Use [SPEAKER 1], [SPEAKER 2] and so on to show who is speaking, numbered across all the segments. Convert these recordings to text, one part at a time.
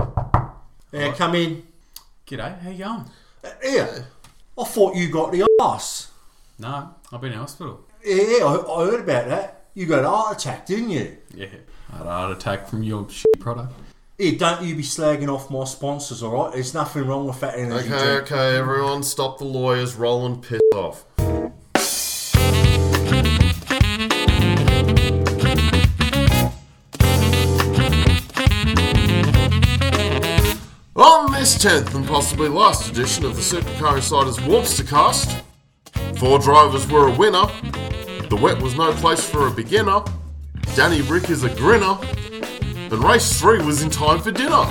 [SPEAKER 1] Yeah, Eh, come in.
[SPEAKER 2] G'day, how you going?
[SPEAKER 1] Yeah. I thought you got the arse.
[SPEAKER 2] No, I've been in hospital.
[SPEAKER 1] Yeah, yeah, I, I heard about that. You got a heart attack, didn't you?
[SPEAKER 2] Yeah. I had a heart attack from your shit product.
[SPEAKER 1] Yeah, don't you be slagging off my sponsors, all right? There's nothing wrong with that energy
[SPEAKER 3] Okay,
[SPEAKER 1] drink.
[SPEAKER 3] okay, everyone, stop the lawyers, roll and piss off. On this 10th and possibly last edition of the Supercar Insiders Warpster Cast, four drivers were a winner, the wet was no place for a beginner, Danny Rick is a grinner, and race three was in time for dinner.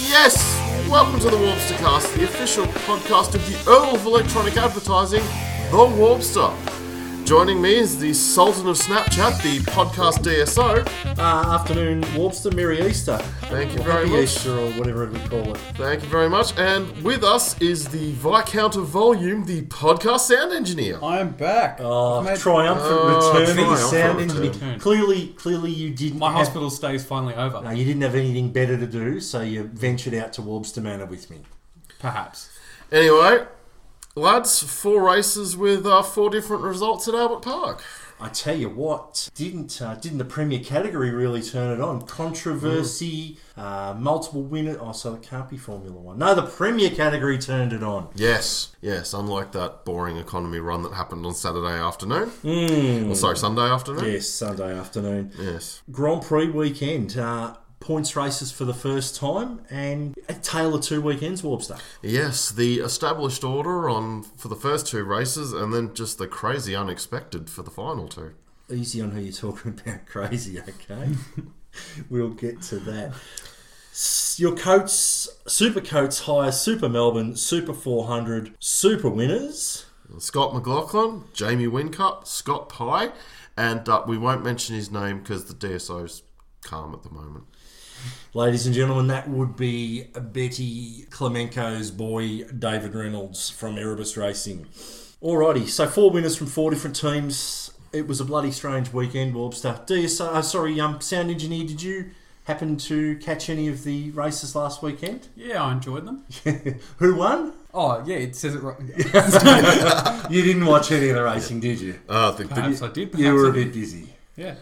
[SPEAKER 3] Yes! Welcome to the Warpster Cast, the official podcast of the Earl of Electronic Advertising, The Warpster. Joining me is the Sultan of Snapchat, the podcast DSO.
[SPEAKER 1] Uh, afternoon, Warpster, Merry Easter.
[SPEAKER 3] Thank you
[SPEAKER 1] Or
[SPEAKER 3] very
[SPEAKER 1] Happy
[SPEAKER 3] much.
[SPEAKER 1] Easter, or whatever we call it.
[SPEAKER 3] Thank you very much. And with us is the Viscount of Volume, the podcast sound engineer.
[SPEAKER 4] I'm back.
[SPEAKER 1] Oh,
[SPEAKER 4] I've
[SPEAKER 2] Uh,
[SPEAKER 4] made-
[SPEAKER 1] triumphant
[SPEAKER 3] Oh,
[SPEAKER 1] return of the
[SPEAKER 3] triumphant
[SPEAKER 1] sound
[SPEAKER 3] return.
[SPEAKER 1] engineer. Clearly, clearly you didn't
[SPEAKER 2] My
[SPEAKER 1] have,
[SPEAKER 2] hospital stay is finally over.
[SPEAKER 1] No, you didn't have anything better to do, so you ventured out to Warpster Manor with me.
[SPEAKER 2] Perhaps.
[SPEAKER 3] Anyway, lads, four races with uh, four different results at Albert Park.
[SPEAKER 1] I tell you what, didn't uh, didn't the premier category really turn it on? Controversy, uh, multiple winner. Oh, so it can't be Formula One. No, the premier category turned it on.
[SPEAKER 3] Yes, yes, unlike that boring economy run that happened on Saturday afternoon. Or, sorry, Sunday afternoon.
[SPEAKER 1] Yes, Sunday afternoon,
[SPEAKER 3] Yes.
[SPEAKER 1] Grand Prix weekend. Uh, Points races for the first time and a tale of two weekends, Warpster.
[SPEAKER 3] Yes, the established order on for the first two races, and then just the crazy unexpected for the final two.
[SPEAKER 1] Easy on who you're talking about, crazy, okay? we'll get to that. S- Your coats, Super Coats Hire, Super Melbourne, Super 400, Super Winners.
[SPEAKER 3] Scott McLaughlin, Jamie Wincup, Scott Pye, and uh, we won't mention his name because the DSO's calm at the moment.
[SPEAKER 1] Ladies and gentlemen, that would be Betty Clemenko's boy, David Reynolds from Erebus Racing. Alrighty, so four winners from four different teams. It was a bloody strange weekend, Warpster. DSO, uh, sorry, um, sound engineer, did you happen to catch any of the races last weekend?
[SPEAKER 2] Yeah, I enjoyed them.
[SPEAKER 1] Who won?
[SPEAKER 2] Oh, yeah, it says it right.
[SPEAKER 1] You didn't watch any of the racing, did you?
[SPEAKER 3] Uh, I think that
[SPEAKER 2] Perhaps I did. Perhaps
[SPEAKER 1] You were
[SPEAKER 2] I
[SPEAKER 1] a
[SPEAKER 2] did.
[SPEAKER 1] bit busy.
[SPEAKER 2] Yeah.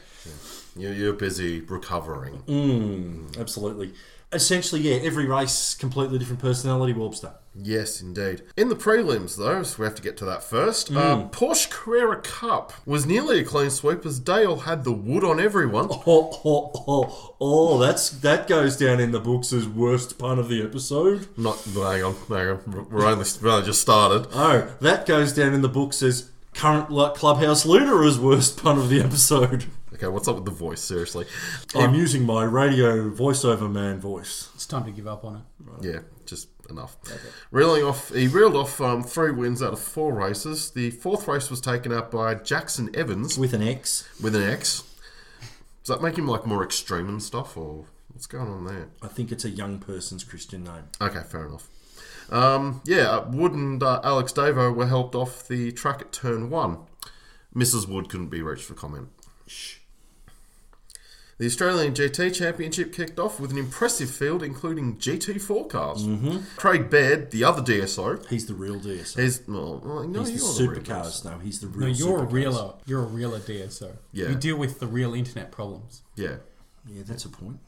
[SPEAKER 3] you- you're busy recovering.
[SPEAKER 1] Absolutely. Essentially, yeah, every race, completely different personality, Warpster.
[SPEAKER 3] Yes, indeed. In the prelims, though, so we have to get to that first. Uh, Porsche Carrera Cup was nearly a clean sweep as Dale had the wood on everyone.
[SPEAKER 1] Oh, oh, oh, oh, that's that goes down in the books as worst pun of the episode.
[SPEAKER 3] Not hang on, hang on. We're only we're only just started.
[SPEAKER 1] Oh, that goes down in the books as current lu- clubhouse looter as worst pun of the episode.
[SPEAKER 3] Okay, what's up with the voice? Seriously,
[SPEAKER 1] I'm using my radio voiceover man voice.
[SPEAKER 2] It's time to give up on it.
[SPEAKER 3] yeah, just enough. Reeling off, he reeled off um, three wins out of four races. The fourth race was taken out by Jackson Evans
[SPEAKER 1] With an X,
[SPEAKER 3] with an X. Does that make him like more extreme and stuff, or what's going on there?
[SPEAKER 1] I think it's a young person's Christian name.
[SPEAKER 3] Okay, fair enough. Um, yeah, uh, Wood and uh, Alex Davo were helped off the track at turn one. Mrs. Wood couldn't be reached for comment. The Australian GT Championship kicked off with an impressive field, including GT4 cars. Craig Baird, the other DSO,
[SPEAKER 1] He's the real DSO.
[SPEAKER 3] is well, well, no,
[SPEAKER 1] He's the
[SPEAKER 3] you're the real
[SPEAKER 1] supercars. No, he's the
[SPEAKER 2] No,
[SPEAKER 1] real.
[SPEAKER 2] you're a
[SPEAKER 1] supercars.
[SPEAKER 2] realer. You're a realer DSO.
[SPEAKER 3] Yeah.
[SPEAKER 2] You deal with the real internet problems.
[SPEAKER 3] Yeah,
[SPEAKER 1] Yeah, that's a point.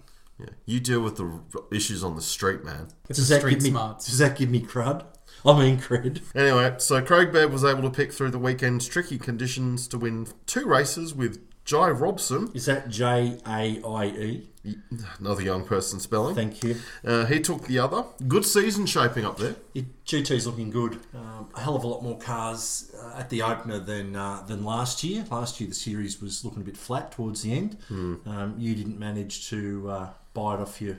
[SPEAKER 3] yeah. You deal with the r- issues on the street, man.
[SPEAKER 2] It's
[SPEAKER 1] Does
[SPEAKER 2] the
[SPEAKER 1] that
[SPEAKER 2] street
[SPEAKER 1] give me?
[SPEAKER 2] smarts.
[SPEAKER 1] Does that give me crud? I mean cred.
[SPEAKER 3] Anyway, so Craig Baird was able to pick through the weekend's tricky conditions to win two races with Jai Robson,
[SPEAKER 1] Is that J A I E?
[SPEAKER 3] another young person spelling.
[SPEAKER 1] Thank you.
[SPEAKER 3] Uh, he took the other. Good season shaping up there.
[SPEAKER 1] It, GT's looking good. Um, a hell of a lot more cars uh, at the opener than uh, than last year. Last year the series was looking a bit flat towards the end. Um, you didn't manage to uh, buy it off your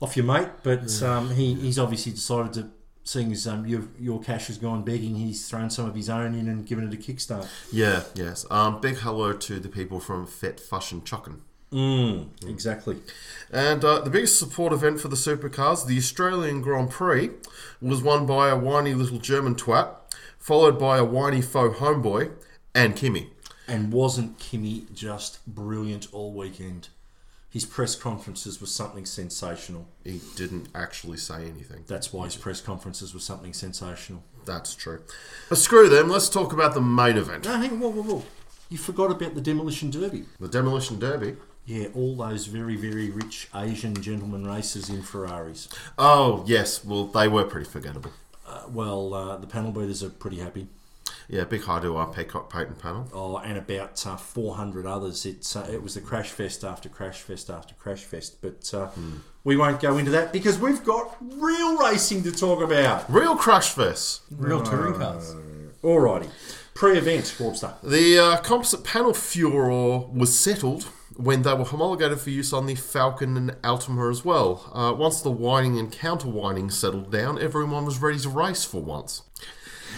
[SPEAKER 1] off your mate, but um, he, he's obviously decided to. Seeing as um, your, your cash has gone begging, he's thrown some of his own in and given it a kickstart.
[SPEAKER 3] Yeah, yes. Um, big hello to the people from Fet Fush and Chuckin.
[SPEAKER 1] Exactly.
[SPEAKER 3] And uh, the biggest support event for the supercars, the Australian Grand Prix, was won by a whiny little German twat, followed by a whiny faux homeboy, and Kimi.
[SPEAKER 1] And wasn't Kimmy just brilliant all weekend? His press conferences were something sensational.
[SPEAKER 3] He didn't actually say anything.
[SPEAKER 1] That's why his press conferences were something sensational.
[SPEAKER 3] That's true. But screw them, let's talk about the main event
[SPEAKER 1] No, hang on, whoa, whoa, whoa. You forgot about the demolition derby.
[SPEAKER 3] the Demolition Derby.
[SPEAKER 1] Yeah, all those very, very rich Asian gentlemen racers in Ferraris.
[SPEAKER 3] Oh, yes, well, they were pretty forgettable.
[SPEAKER 1] Uh, well, uh, the panel beaters are pretty happy.
[SPEAKER 3] Yeah, big hi to our Peacock Peyton panel.
[SPEAKER 1] Oh, and about uh, 400 others. It's uh, it was the crash fest after crash fest after crash fest. But uh, we won't go into that because we've got real racing to talk about.
[SPEAKER 3] Real crash fest.
[SPEAKER 2] Real touring cars.
[SPEAKER 1] Alrighty, pre-event Warpstar.
[SPEAKER 3] The uh, composite panel furor was settled when they were homologated for use on the Falcon and Altimer as well. Uh, once the whining and counter whining settled down, everyone was ready to race for once.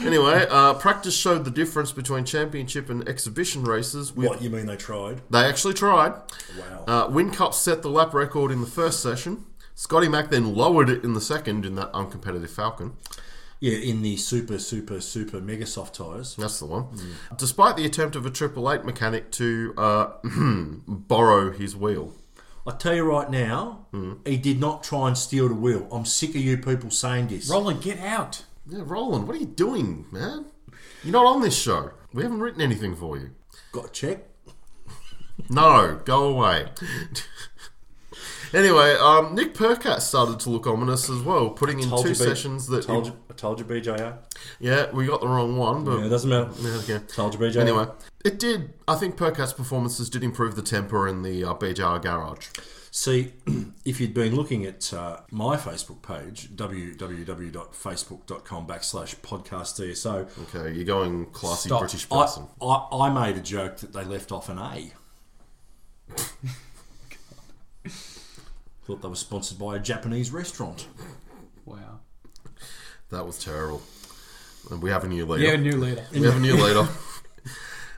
[SPEAKER 3] Anyway, uh, practice showed the difference between championship and exhibition races. With
[SPEAKER 1] What you mean they tried?
[SPEAKER 3] They actually tried.
[SPEAKER 1] Wow.
[SPEAKER 3] Uh, Wincup set the lap record in the first session. Scotty Mack then lowered it in the second in that uncompetitive Falcon.
[SPEAKER 1] yeah, in the super, super, super mega soft tyres.
[SPEAKER 3] That's the one. Despite the attempt of a Triple Eight mechanic to uh, borrow his wheel.
[SPEAKER 1] I tell you right now, he did not try and steal the wheel. I'm sick of you people saying this.
[SPEAKER 2] Roland, get out.
[SPEAKER 3] Yeah, Roland, what are you doing, man? You're not on this show. We haven't written anything for you.
[SPEAKER 1] Got a check?
[SPEAKER 3] No, go away. anyway, um, Nick Perkat started to look ominous as well, putting in
[SPEAKER 1] Told
[SPEAKER 3] two
[SPEAKER 1] you, B-
[SPEAKER 3] sessions that.
[SPEAKER 1] Told you, I told you, BJR.
[SPEAKER 3] Yeah, we got the wrong one, but
[SPEAKER 1] Yeah, it doesn't matter.
[SPEAKER 3] Yeah, okay.
[SPEAKER 1] Told you, BJR.
[SPEAKER 3] Anyway, it did. I think Perkat's performances did improve the temper in the uh, BJR garage.
[SPEAKER 1] See, if you'd been looking at uh, my Facebook page, www.facebook.com backslash podcast DSO,
[SPEAKER 3] Okay, you're going classy
[SPEAKER 2] Stop.
[SPEAKER 3] British person.
[SPEAKER 1] I, I, I made a joke that they left off an A. Thought they were sponsored by a Japanese restaurant.
[SPEAKER 2] Wow.
[SPEAKER 3] That was terrible. And we have a new leader.
[SPEAKER 2] Yeah, new leader.
[SPEAKER 3] We have a new leader.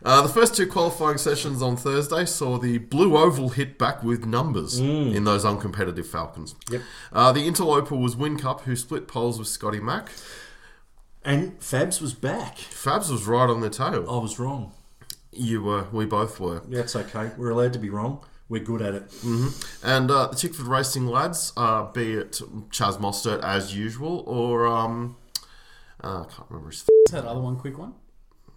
[SPEAKER 3] Uh, the first two qualifying sessions on Thursday saw the blue oval hit back with numbers in those uncompetitive Falcons. Yep. Uh, the interloper was Wincup, who split poles with Scotty Mack.
[SPEAKER 1] And Fabs was back.
[SPEAKER 3] Fabs was right on their tail.
[SPEAKER 1] I was wrong.
[SPEAKER 3] You were, we both were.
[SPEAKER 1] That's okay. We're allowed to be wrong. We're good at it.
[SPEAKER 3] And uh, the Tickford Racing lads, uh, be it Chaz Mostert as usual, or um, uh, I can't remember his f-
[SPEAKER 2] Is that other one quick one?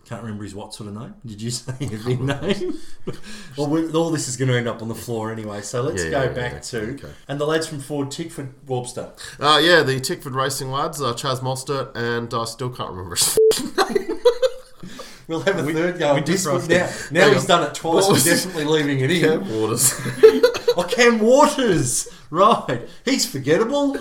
[SPEAKER 1] Can't remember his what sort of name. Did you say his big name? well, we, all this is going to end up on the floor anyway. So let's
[SPEAKER 3] Yeah,
[SPEAKER 1] go
[SPEAKER 3] yeah,
[SPEAKER 1] back
[SPEAKER 3] yeah,
[SPEAKER 1] to
[SPEAKER 3] okay.
[SPEAKER 1] and the lads from Ford Tickford Warpster.
[SPEAKER 3] Uh, yeah, the Tickford Racing lads, uh, Chaz Mostert, and I still can't remember his f-
[SPEAKER 1] We'll have a third go.
[SPEAKER 2] we
[SPEAKER 1] at this
[SPEAKER 2] did
[SPEAKER 1] one
[SPEAKER 2] Warpster.
[SPEAKER 1] now. Now
[SPEAKER 3] Hang
[SPEAKER 1] he's
[SPEAKER 3] on.
[SPEAKER 1] done it twice.
[SPEAKER 3] What
[SPEAKER 1] We're
[SPEAKER 3] was-
[SPEAKER 1] definitely leaving it in.
[SPEAKER 3] Cam Waters.
[SPEAKER 1] Oh, Cam Waters. Right. He's forgettable.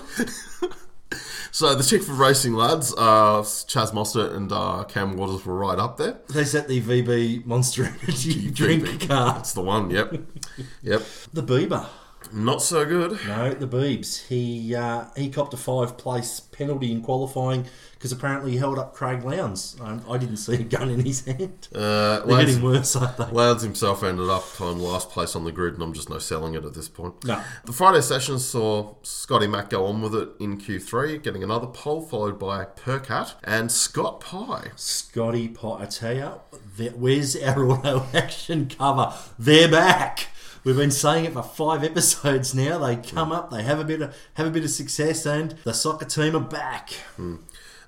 [SPEAKER 3] so the Tickford Racing lads, uh, Chaz Mostert and uh, Cam Waters were right up there.
[SPEAKER 1] There's that the VB Monster Energy drink card.
[SPEAKER 3] That's the one. Yep, yep.
[SPEAKER 1] The Bieber.
[SPEAKER 3] Not so good.
[SPEAKER 1] No, the Beebs. He uh, he copped a five place penalty in qualifying because apparently he held up Craig Lowndes. I, I didn't see a gun in his hand.
[SPEAKER 3] Uh,
[SPEAKER 1] They're
[SPEAKER 3] lads,
[SPEAKER 1] getting worse, aren't they?
[SPEAKER 3] Lads himself ended up on last place on the grid, and I'm just no selling it at this point.
[SPEAKER 1] No.
[SPEAKER 3] The Friday session saw Scotty Mack go on with it in Q3, getting another pole, followed by Percat and Scott Pye.
[SPEAKER 1] Scotty Pye, I tell you, there- where's our auto action cover? They're back. We've been saying it for five episodes now. They come up, they have a bit of have a bit of success, and the soccer team are back.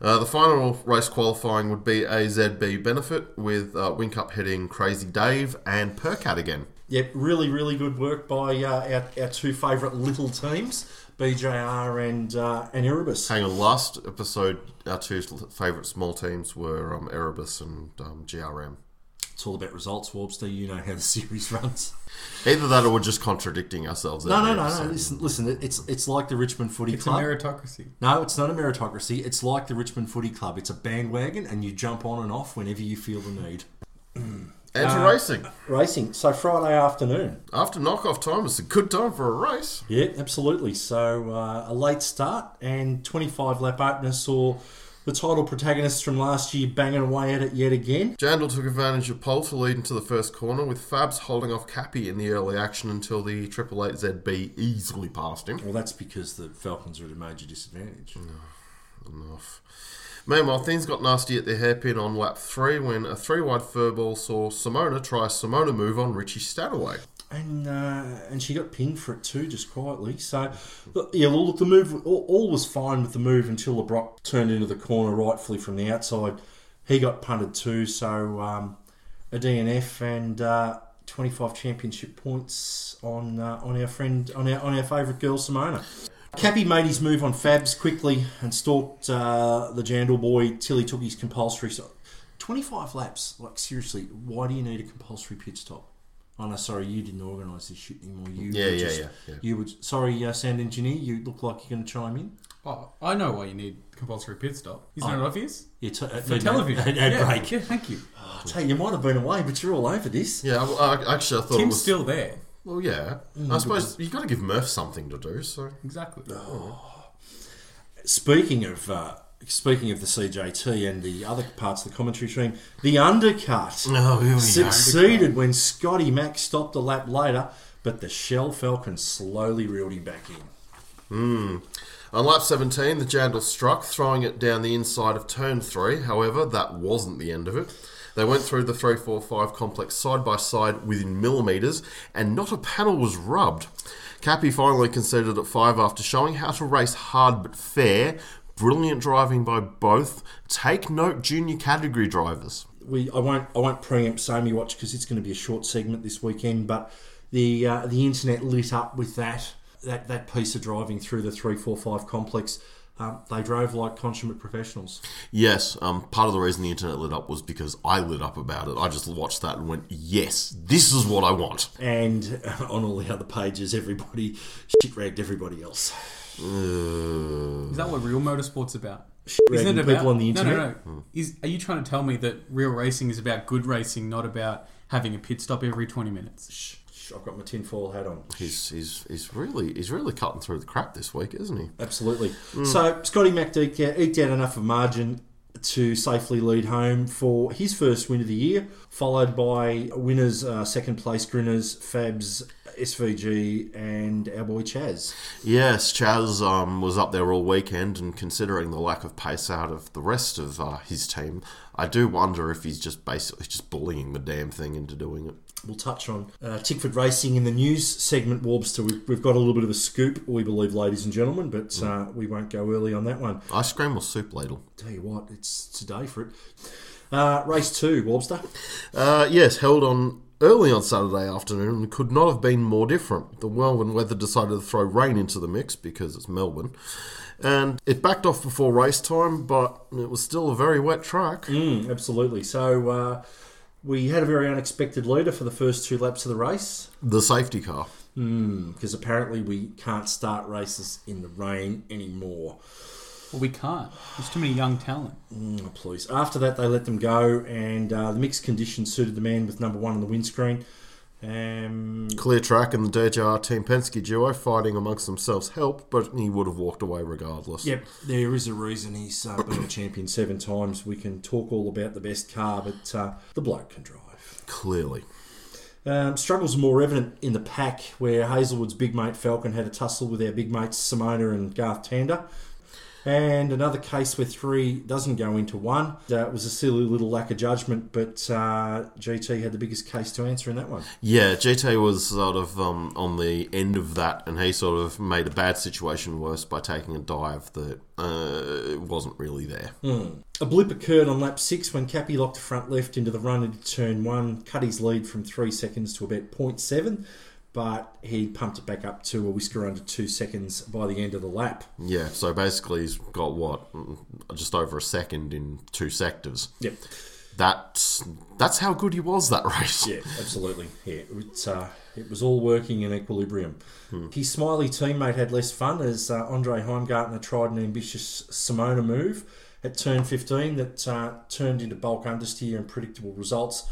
[SPEAKER 3] Uh, the final race qualifying would be AZB Benefit, with uh, Winkup heading Crazy Dave and Percat again.
[SPEAKER 1] Yep, really, really good work by uh, our, our two favourite little teams, BJR and uh, and Erebus.
[SPEAKER 3] Hang on, last episode, our two favourite small teams were um, Erebus and um, GRM.
[SPEAKER 1] It's all about results, Warpster. You know how the series runs.
[SPEAKER 3] Either that or we're just contradicting ourselves.
[SPEAKER 1] No,
[SPEAKER 3] every
[SPEAKER 1] no, no, no.
[SPEAKER 3] episode.
[SPEAKER 1] Listen, listen. it- It's it's like the Richmond Footy
[SPEAKER 2] It's a
[SPEAKER 1] Club.
[SPEAKER 2] meritocracy.
[SPEAKER 1] no, it's not a meritocracy. It's like the Richmond Footy Club. It's a bandwagon, and you jump on and off whenever you feel the need.
[SPEAKER 3] Anti racing.
[SPEAKER 1] Racing. So Friday afternoon.
[SPEAKER 3] After knockoff time, it's a good time for a race.
[SPEAKER 1] Yeah, absolutely. So uh, a late start and 25 lap opener saw the title protagonists from last year banging away at it yet again.
[SPEAKER 3] Jandal took advantage of pole to lead into the first corner, with Fabs holding off Cappy in the early action until the Triple Eight ZB easily passed him.
[SPEAKER 1] Well, that's because the Falcons are at a major disadvantage.
[SPEAKER 3] Enough. Meanwhile, things got nasty at the hairpin on lap three when a three-wide furball saw Simona try a Simona move on Richie Stataway.
[SPEAKER 1] And uh, and she got pinged for it too, just quietly. So, look, yeah, well, look, the move, all, all was fine with the move until LeBrock turned into the corner rightfully from the outside. He got punted too, so um, a DNF and uh, 25 championship points on uh, on our friend, on our, on our favourite girl, Simona. Cappy made his move on Fabs quickly and stalked uh, the Jandal boy till he took his compulsory. So, 25 laps. Like, seriously, why do you need a compulsory pit stop? Oh, no, sorry, you didn't organise this shit anymore. You
[SPEAKER 3] Yeah,
[SPEAKER 1] were
[SPEAKER 3] yeah,
[SPEAKER 1] just,
[SPEAKER 3] yeah, yeah.
[SPEAKER 1] You would. Sorry, uh, sound engineer, you look like you're going to chime in.
[SPEAKER 2] Oh, I know why you need compulsory pit stop. Isn't it obvious?
[SPEAKER 1] Yeah, t- uh,
[SPEAKER 2] For
[SPEAKER 1] no,
[SPEAKER 2] television.
[SPEAKER 1] No, no
[SPEAKER 2] yeah,
[SPEAKER 1] break.
[SPEAKER 2] Yeah, thank you.
[SPEAKER 1] I Oh, tell you, you might have been away, but you're all over this.
[SPEAKER 3] Yeah, I, I, actually, I thought it
[SPEAKER 2] Tim's
[SPEAKER 3] was.
[SPEAKER 2] still there.
[SPEAKER 3] well, yeah. I suppose you got to give Murph something to do. So
[SPEAKER 2] Exactly.
[SPEAKER 1] Oh. Speaking of. Uh, Speaking of the CJT and the other parts of the commentary stream, the undercut.
[SPEAKER 2] Mm.
[SPEAKER 3] no, here
[SPEAKER 1] succeeded when Scotty Mack stopped a lap later, but the Shell Falcon slowly reeled him back in.
[SPEAKER 3] On lap 17, the Jandal struck, throwing it down the inside of turn 3. However, that wasn't the end of it. They went through the 345 complex side by side within millimetres, and not a panel was rubbed. Cappy finally conceded at 5 after showing how to race hard but fair. Brilliant driving by both. Take note, junior category drivers.
[SPEAKER 1] We, I won't, I won't preempt Sami Watch because it's going to be a short segment this weekend. But the uh, the internet lit up with that that that piece of driving through the three four five complex. Um, they drove like consummate professionals.
[SPEAKER 3] Yes, um, part of the reason the internet lit up was because I lit up about it. I just watched that and went, yes, this is what I want.
[SPEAKER 1] And uh, on all the other pages, everybody shit ragged everybody else.
[SPEAKER 2] Is that what real motorsport's about?
[SPEAKER 1] ragging people on the internet? Hmm.
[SPEAKER 2] No, no, no. Is, are you trying to tell me that real racing is about good racing, not about having a pit stop every 20 minutes?
[SPEAKER 1] Shh, shh, I've got my tinfoil hat on.
[SPEAKER 3] He's, he's, he's really he's really cutting through the crap this week, isn't he?
[SPEAKER 1] Absolutely. So Scotty Mack eked out, eked out enough of margin to safely lead home for his first win of the year, followed by winners, uh, second place Grinners, Fabs, SVG, and our boy Chaz.
[SPEAKER 3] Yes, Chaz um, was up there all weekend, and considering the lack of pace out of the rest of uh, his team, I do wonder if he's just basically just bullying the damn thing into doing it.
[SPEAKER 1] We'll touch on uh, Tickford Racing in the news segment, Warbster. We've, we've got a little bit of a scoop, we believe, ladies and gentlemen, but uh, we won't go early on that one.
[SPEAKER 3] Ice cream or soup ladle?
[SPEAKER 1] Tell you what, it's today for it. Uh, race two, Warbster.
[SPEAKER 3] Uh, yes, held on early on Saturday afternoon and could not have been more different. The Melbourne weather decided to throw rain into the mix because it's Melbourne. And it backed off before race time, but it was still a very wet track.
[SPEAKER 1] Mm, absolutely. So uh, we had a very unexpected leader for the first two laps of the race
[SPEAKER 3] The safety car.
[SPEAKER 1] because apparently we can't start races in the rain anymore.
[SPEAKER 2] Well, we can't. There's too many young talent.
[SPEAKER 1] Mm, please. After that, they let them go, and uh, the mixed conditions suited the man with number one on the windscreen. Um,
[SPEAKER 3] Clear track and the DJR Team Penske duo fighting amongst themselves helped, but he would have walked away regardless.
[SPEAKER 1] yep, there is a reason he's uh, been a champion seven times. We can talk all about the best car, but uh, the bloke can drive.
[SPEAKER 3] Clearly.
[SPEAKER 1] Um, struggles are more evident in the pack, where Hazelwood's big mate Falcon had a tussle with our big mates Simona and Garth Tander. And another case where three doesn't go into one. Uh, it was a silly little lack of judgment, but uh, GT had the biggest case to answer in that one.
[SPEAKER 3] Yeah, GT was sort of um, on the end of that, and he sort of made a bad situation worse by taking a dive that uh, wasn't really there.
[SPEAKER 1] A blip occurred on lap six when Cappy locked the front left into the run into turn one, cut his lead from three seconds to about 0.7, but he pumped it back up to a whisker under two seconds by the end of the lap.
[SPEAKER 3] Yeah, so basically he's got what? mm, Just over a second in two sectors.
[SPEAKER 1] Yep.
[SPEAKER 3] That's, that's how good he was that race.
[SPEAKER 1] Yeah, absolutely. Yeah, it's, uh, it was all working in equilibrium. His smiley teammate had less fun as uh, Andre Heimgartner tried an ambitious Simona move at turn 15 that uh, turned into bulk understeer and predictable results.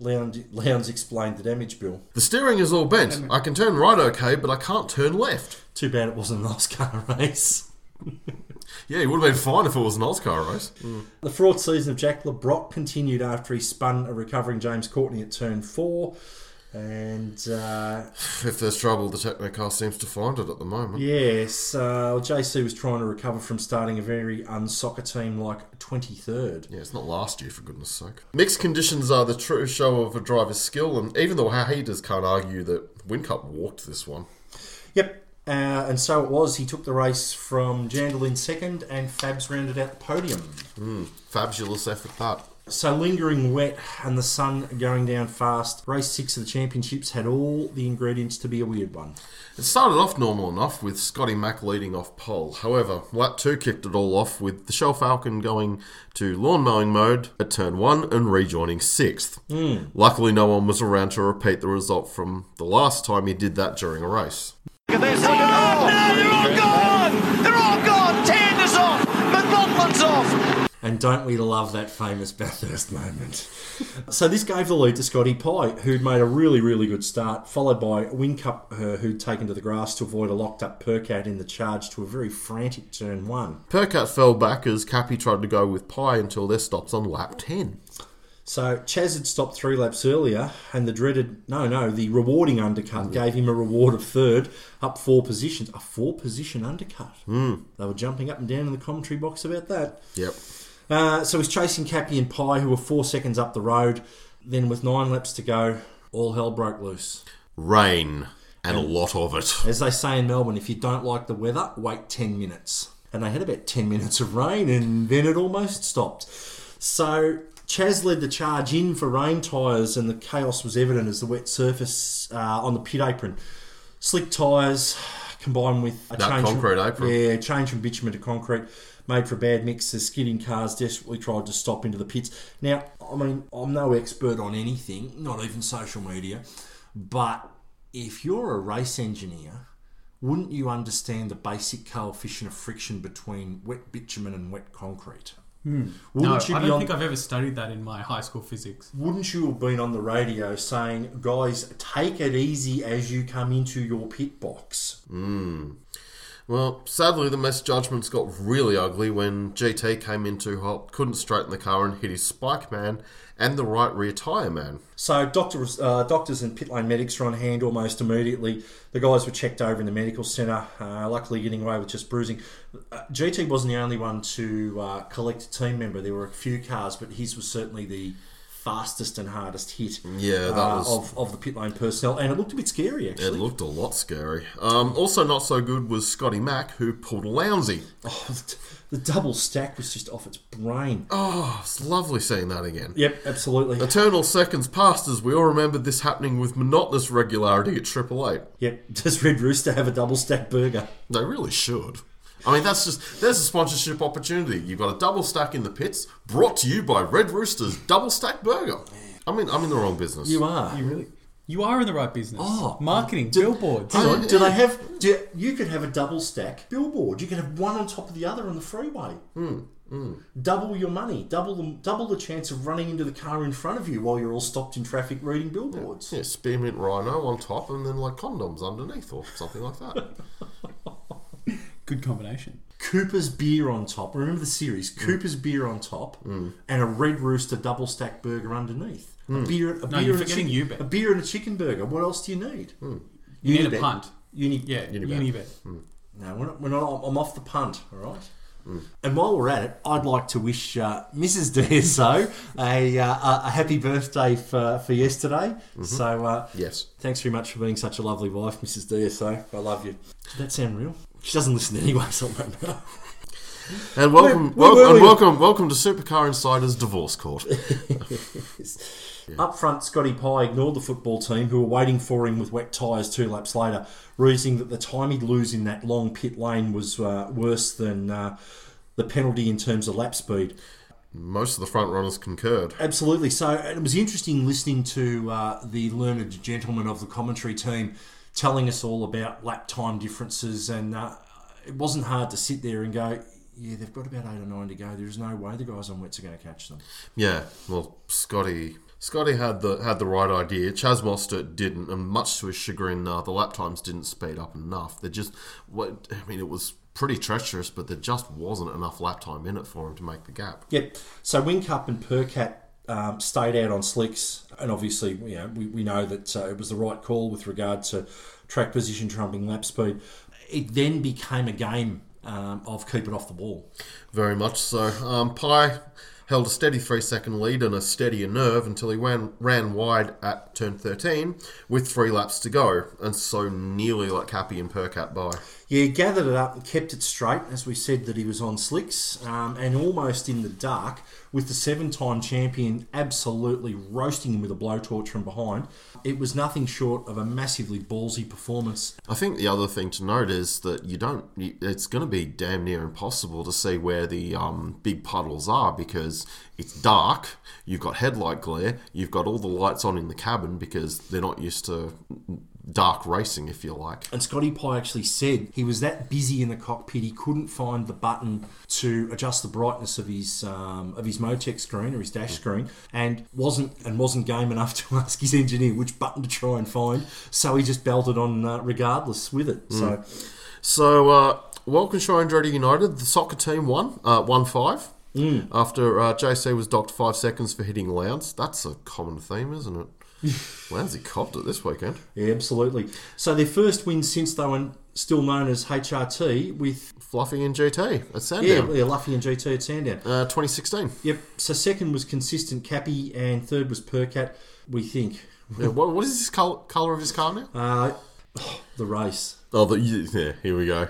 [SPEAKER 1] Lowndes, Lowndes explained the damage bill.
[SPEAKER 3] The steering is all bent. I can turn right okay, but I can't turn left.
[SPEAKER 1] Too bad it wasn't the last car race.
[SPEAKER 3] Yeah, he would have been fine if it was an Oscar race.
[SPEAKER 1] The fraught season of Jack LeBrock continued after he spun a recovering James Courtney at turn four. And uh,
[SPEAKER 3] If there's trouble, the Technicar seems to find it at the moment.
[SPEAKER 1] yes, uh, JC was trying to recover from starting a very unsoccer team like 23rd.
[SPEAKER 3] Yeah, it's not last year, for goodness sake. Mixed conditions are the true show of a driver's skill, and even the haters can't argue that Wincup walked this one.
[SPEAKER 1] Yep. Uh, and so it was. He took the race from Jandal in second, and Fabs rounded out the podium.
[SPEAKER 3] Fabulous effort, that.
[SPEAKER 1] So lingering wet and the sun going down fast, race six of the championships had all the ingredients to be a weird one.
[SPEAKER 3] It started off normal enough with Scotty Mack leading off pole. However, lap 2 kicked it all off with the Shell Falcon going to lawn mowing mode at turn 1 and rejoining 6th. Luckily, no one was around to repeat the result from the last time he did that during a race.
[SPEAKER 4] Look at this. Look at oh, no, they're all gone. They're all gone. Tanner's off. McLaughlin's off.
[SPEAKER 1] And don't we love that famous Bathurst moment? so this gave the lead to Scotty Pye, who'd made a really, really good start, followed by Wincup, uh, who'd taken to the grass to avoid a locked-up Percat in the charge to a very frantic turn one.
[SPEAKER 3] Percat fell back as Cappy tried to go with Pie until their stops on lap 10.
[SPEAKER 1] So Chaz had stopped three laps earlier, and the dreaded no, no, the rewarding undercut gave him a reward of third, up four positions, a four-position undercut. They were jumping up and down in the commentary box about that.
[SPEAKER 3] Yep.
[SPEAKER 1] Uh, so he's chasing Cappy and Pye, who were four seconds up the road. Then, with nine laps to go, all hell broke loose.
[SPEAKER 3] Rain, and a lot of it.
[SPEAKER 1] As they say in Melbourne, if you don't like the weather, wait 10 minutes. And they had about 10 minutes of rain, and then it almost stopped. So Chaz led the charge in for rain tyres, and the chaos was evident as the wet surface uh, on the pit apron. Slick tyres combined with a
[SPEAKER 3] That
[SPEAKER 1] change
[SPEAKER 3] concrete
[SPEAKER 1] from,
[SPEAKER 3] apron.
[SPEAKER 1] Yeah, change from bitumen to concrete. Made for a bad mix as skidding cars desperately tried to stop into the pits. Now, I mean, I'm no expert on anything, not even social media, but if you're a race engineer, wouldn't you understand the basic coefficient of friction between wet bitumen and wet concrete?
[SPEAKER 2] Hmm. No,
[SPEAKER 1] Wouldn't,
[SPEAKER 2] I
[SPEAKER 1] you be
[SPEAKER 2] don't
[SPEAKER 1] on,
[SPEAKER 2] think I've ever studied that in my high school physics.
[SPEAKER 1] wouldn't you have been on the radio saying, guys, take it easy as you come into your pit box?
[SPEAKER 3] Well, sadly, the mess judgments got really ugly when GT came in too hot, couldn't straighten the car, and hit his spike man and the right rear tyre man.
[SPEAKER 1] So doctors, uh, doctors and pit lane medics were on hand almost immediately. The guys were checked over in the medical centre, uh, luckily getting away with just bruising. Uh, GT wasn't the only one to uh, collect a team member. There were a few cars, but his was certainly the fastest and hardest hit
[SPEAKER 3] Yeah, that
[SPEAKER 1] uh,
[SPEAKER 3] was-
[SPEAKER 1] of, of the pit lane personnel. And it looked a bit scary, actually.
[SPEAKER 3] It looked a lot scary. Um, also, not so good was Scotty Mack, who pulled a lousy.
[SPEAKER 1] Oh, the, the double stack was just off its brain.
[SPEAKER 3] Oh, it's lovely seeing that again.
[SPEAKER 1] Yep, absolutely.
[SPEAKER 3] Eternal seconds passed as we all remembered this happening with monotonous regularity at Triple Eight.
[SPEAKER 1] Yep, does Red Rooster have a double stack burger?
[SPEAKER 3] They really should. I mean, that's just there's a sponsorship opportunity. You've got a double stack in the pits, brought to you by Red Rooster's Double Stack Burger. I mean, I'm in the wrong business.
[SPEAKER 1] You are.
[SPEAKER 2] You really? You are in the right business.
[SPEAKER 1] Oh.
[SPEAKER 2] Marketing, billboards.
[SPEAKER 1] Hang on, do
[SPEAKER 3] yeah.
[SPEAKER 1] they have? Do, you could have a double stack billboard. You could have one on top of the other on the freeway.
[SPEAKER 3] Hmm,
[SPEAKER 1] Double your money. Double the, double the chance of running into the car in front of you while you're all stopped in traffic reading billboards.
[SPEAKER 3] Yeah, spearmint rhino on top, and then like condoms underneath, or something like that.
[SPEAKER 2] Good combination.
[SPEAKER 1] Cooper's beer on top. Remember the series?
[SPEAKER 3] Hmm.
[SPEAKER 1] Cooper's beer on top, and a Red Rooster double stack burger underneath.
[SPEAKER 3] Hmm.
[SPEAKER 1] A beer, a
[SPEAKER 2] No,
[SPEAKER 1] beer
[SPEAKER 2] you're
[SPEAKER 1] and a
[SPEAKER 2] forgetting
[SPEAKER 1] chicken,
[SPEAKER 2] Ubet.
[SPEAKER 1] a beer and a chicken burger. What else do you need?
[SPEAKER 3] Hmm.
[SPEAKER 2] You need
[SPEAKER 1] Unibet.
[SPEAKER 2] a punt.
[SPEAKER 1] You need,
[SPEAKER 2] Yeah, Unibet.
[SPEAKER 1] Hmm. No, we're not, we're not. I'm off the punt, all right? And while we're at it, I'd like to wish uh, Mrs. DSO a, uh, a- a happy birthday for, for yesterday. So, uh,
[SPEAKER 3] Yes.
[SPEAKER 1] thanks very much for being such a lovely wife, Mrs. DSO. I love you. Did that sound real? She doesn't listen anyway, so I don't know.
[SPEAKER 3] And welcome,
[SPEAKER 1] Where- where were
[SPEAKER 3] wel- and
[SPEAKER 1] we?
[SPEAKER 3] welcome, welcome to Supercar Insider's Divorce Court.
[SPEAKER 1] Up front, Scotty Pye ignored the football team who were waiting for him with wet tyres two laps later, reasoning that the time he'd lose in that long pit lane was uh, worse than uh, the penalty in terms of lap speed.
[SPEAKER 3] Most of the front runners concurred.
[SPEAKER 1] Absolutely. So and it was interesting listening to uh, the learned gentleman of the commentary team telling us all about lap time differences, and uh, it wasn't hard to sit there and go, "Yeah, they've got about eight or nine to go. There is no way the guys on wets are going to catch them."
[SPEAKER 3] Yeah, well, Scotty, Scotty had the had the right idea. Chaz Mostert didn't, and much to his chagrin, uh, the lap times didn't speed up enough. They just, what I mean, it was pretty treacherous, but there just wasn't enough lap time in it for him to make the gap.
[SPEAKER 1] Yep. So Wincup and Percat um, stayed out on slicks, and obviously, you know, we, we know that uh, it was the right call with regard to track position trumping lap speed. It then became a game um, of keep it off the ball.
[SPEAKER 3] Very much so. Um, Pye held a steady three second lead and a steadier nerve until he ran, ran wide at turn 13 with three laps to go, and so nearly let Cappy and Percat by.
[SPEAKER 1] Yeah, he gathered it up and kept it straight, as we said that he was on slicks, um, and almost in the dark, with the seven time champion absolutely roasting him with a blowtorch from behind. It was nothing short of a massively ballsy performance.
[SPEAKER 3] I think the other thing to note is that you don't. you- It's going to be damn near impossible to see where the um, big puddles are because it's dark. You've got headlight glare. You've got all the lights on in the cabin because they're not used to dark racing, if you like.
[SPEAKER 1] And Scotty Pye actually said he was that busy in the cockpit he couldn't find the button to adjust the brightness of his um, of his Motec screen or his dash screen, and wasn't and wasn't game enough to ask his engineer which button to try and find. So he just belted on uh, regardless with it. So
[SPEAKER 3] So, uh, Walkinshaw Andretti United, the soccer team won, uh, won five.
[SPEAKER 1] Mm.
[SPEAKER 3] After uh, JC was docked five seconds for hitting Lowndes. That's a common theme, isn't it? Lounsey copped it this weekend.
[SPEAKER 1] yeah, absolutely. So their first win since they were still known as HRT with
[SPEAKER 3] Fluffy and GT at
[SPEAKER 1] yeah,
[SPEAKER 3] Sandown.
[SPEAKER 1] yeah Luffy and GT at Sandown.
[SPEAKER 3] Uh, 2016.
[SPEAKER 1] Yep. So second was consistent Cappy, and third was Percat. We think
[SPEAKER 3] Yeah, what, what is this col- colour of his car now?
[SPEAKER 1] uh, the race.
[SPEAKER 3] oh, the, yeah, here we go.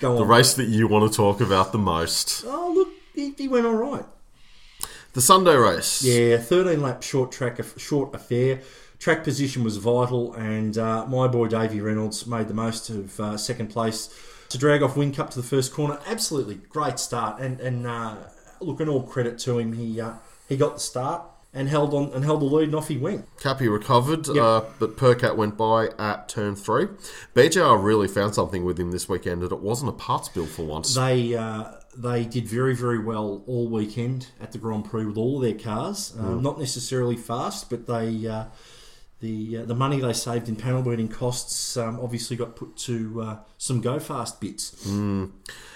[SPEAKER 1] Go on.
[SPEAKER 3] The race that you want to talk about the most.
[SPEAKER 1] Oh, look, he, he went all right.
[SPEAKER 3] The Sunday race.
[SPEAKER 1] Yeah, 13 lap short track, short affair. Track position was vital, and uh, my boy Davey Reynolds made the most of uh, second place to drag off Win Cup to the first corner. Absolutely great start, and and uh, look, and all credit to him. He uh, he got the start and held on and held the lead, and off he went.
[SPEAKER 3] Cappy recovered, uh, but Percat went by at turn three. BJR really found something with him this weekend, and it wasn't a parts bill for once.
[SPEAKER 1] They uh, they did very very well all weekend at the Grand Prix with all their cars. Um, Not necessarily fast, but they uh, the uh, the money they saved in panel beating costs um, obviously got put to uh, some go fast bits.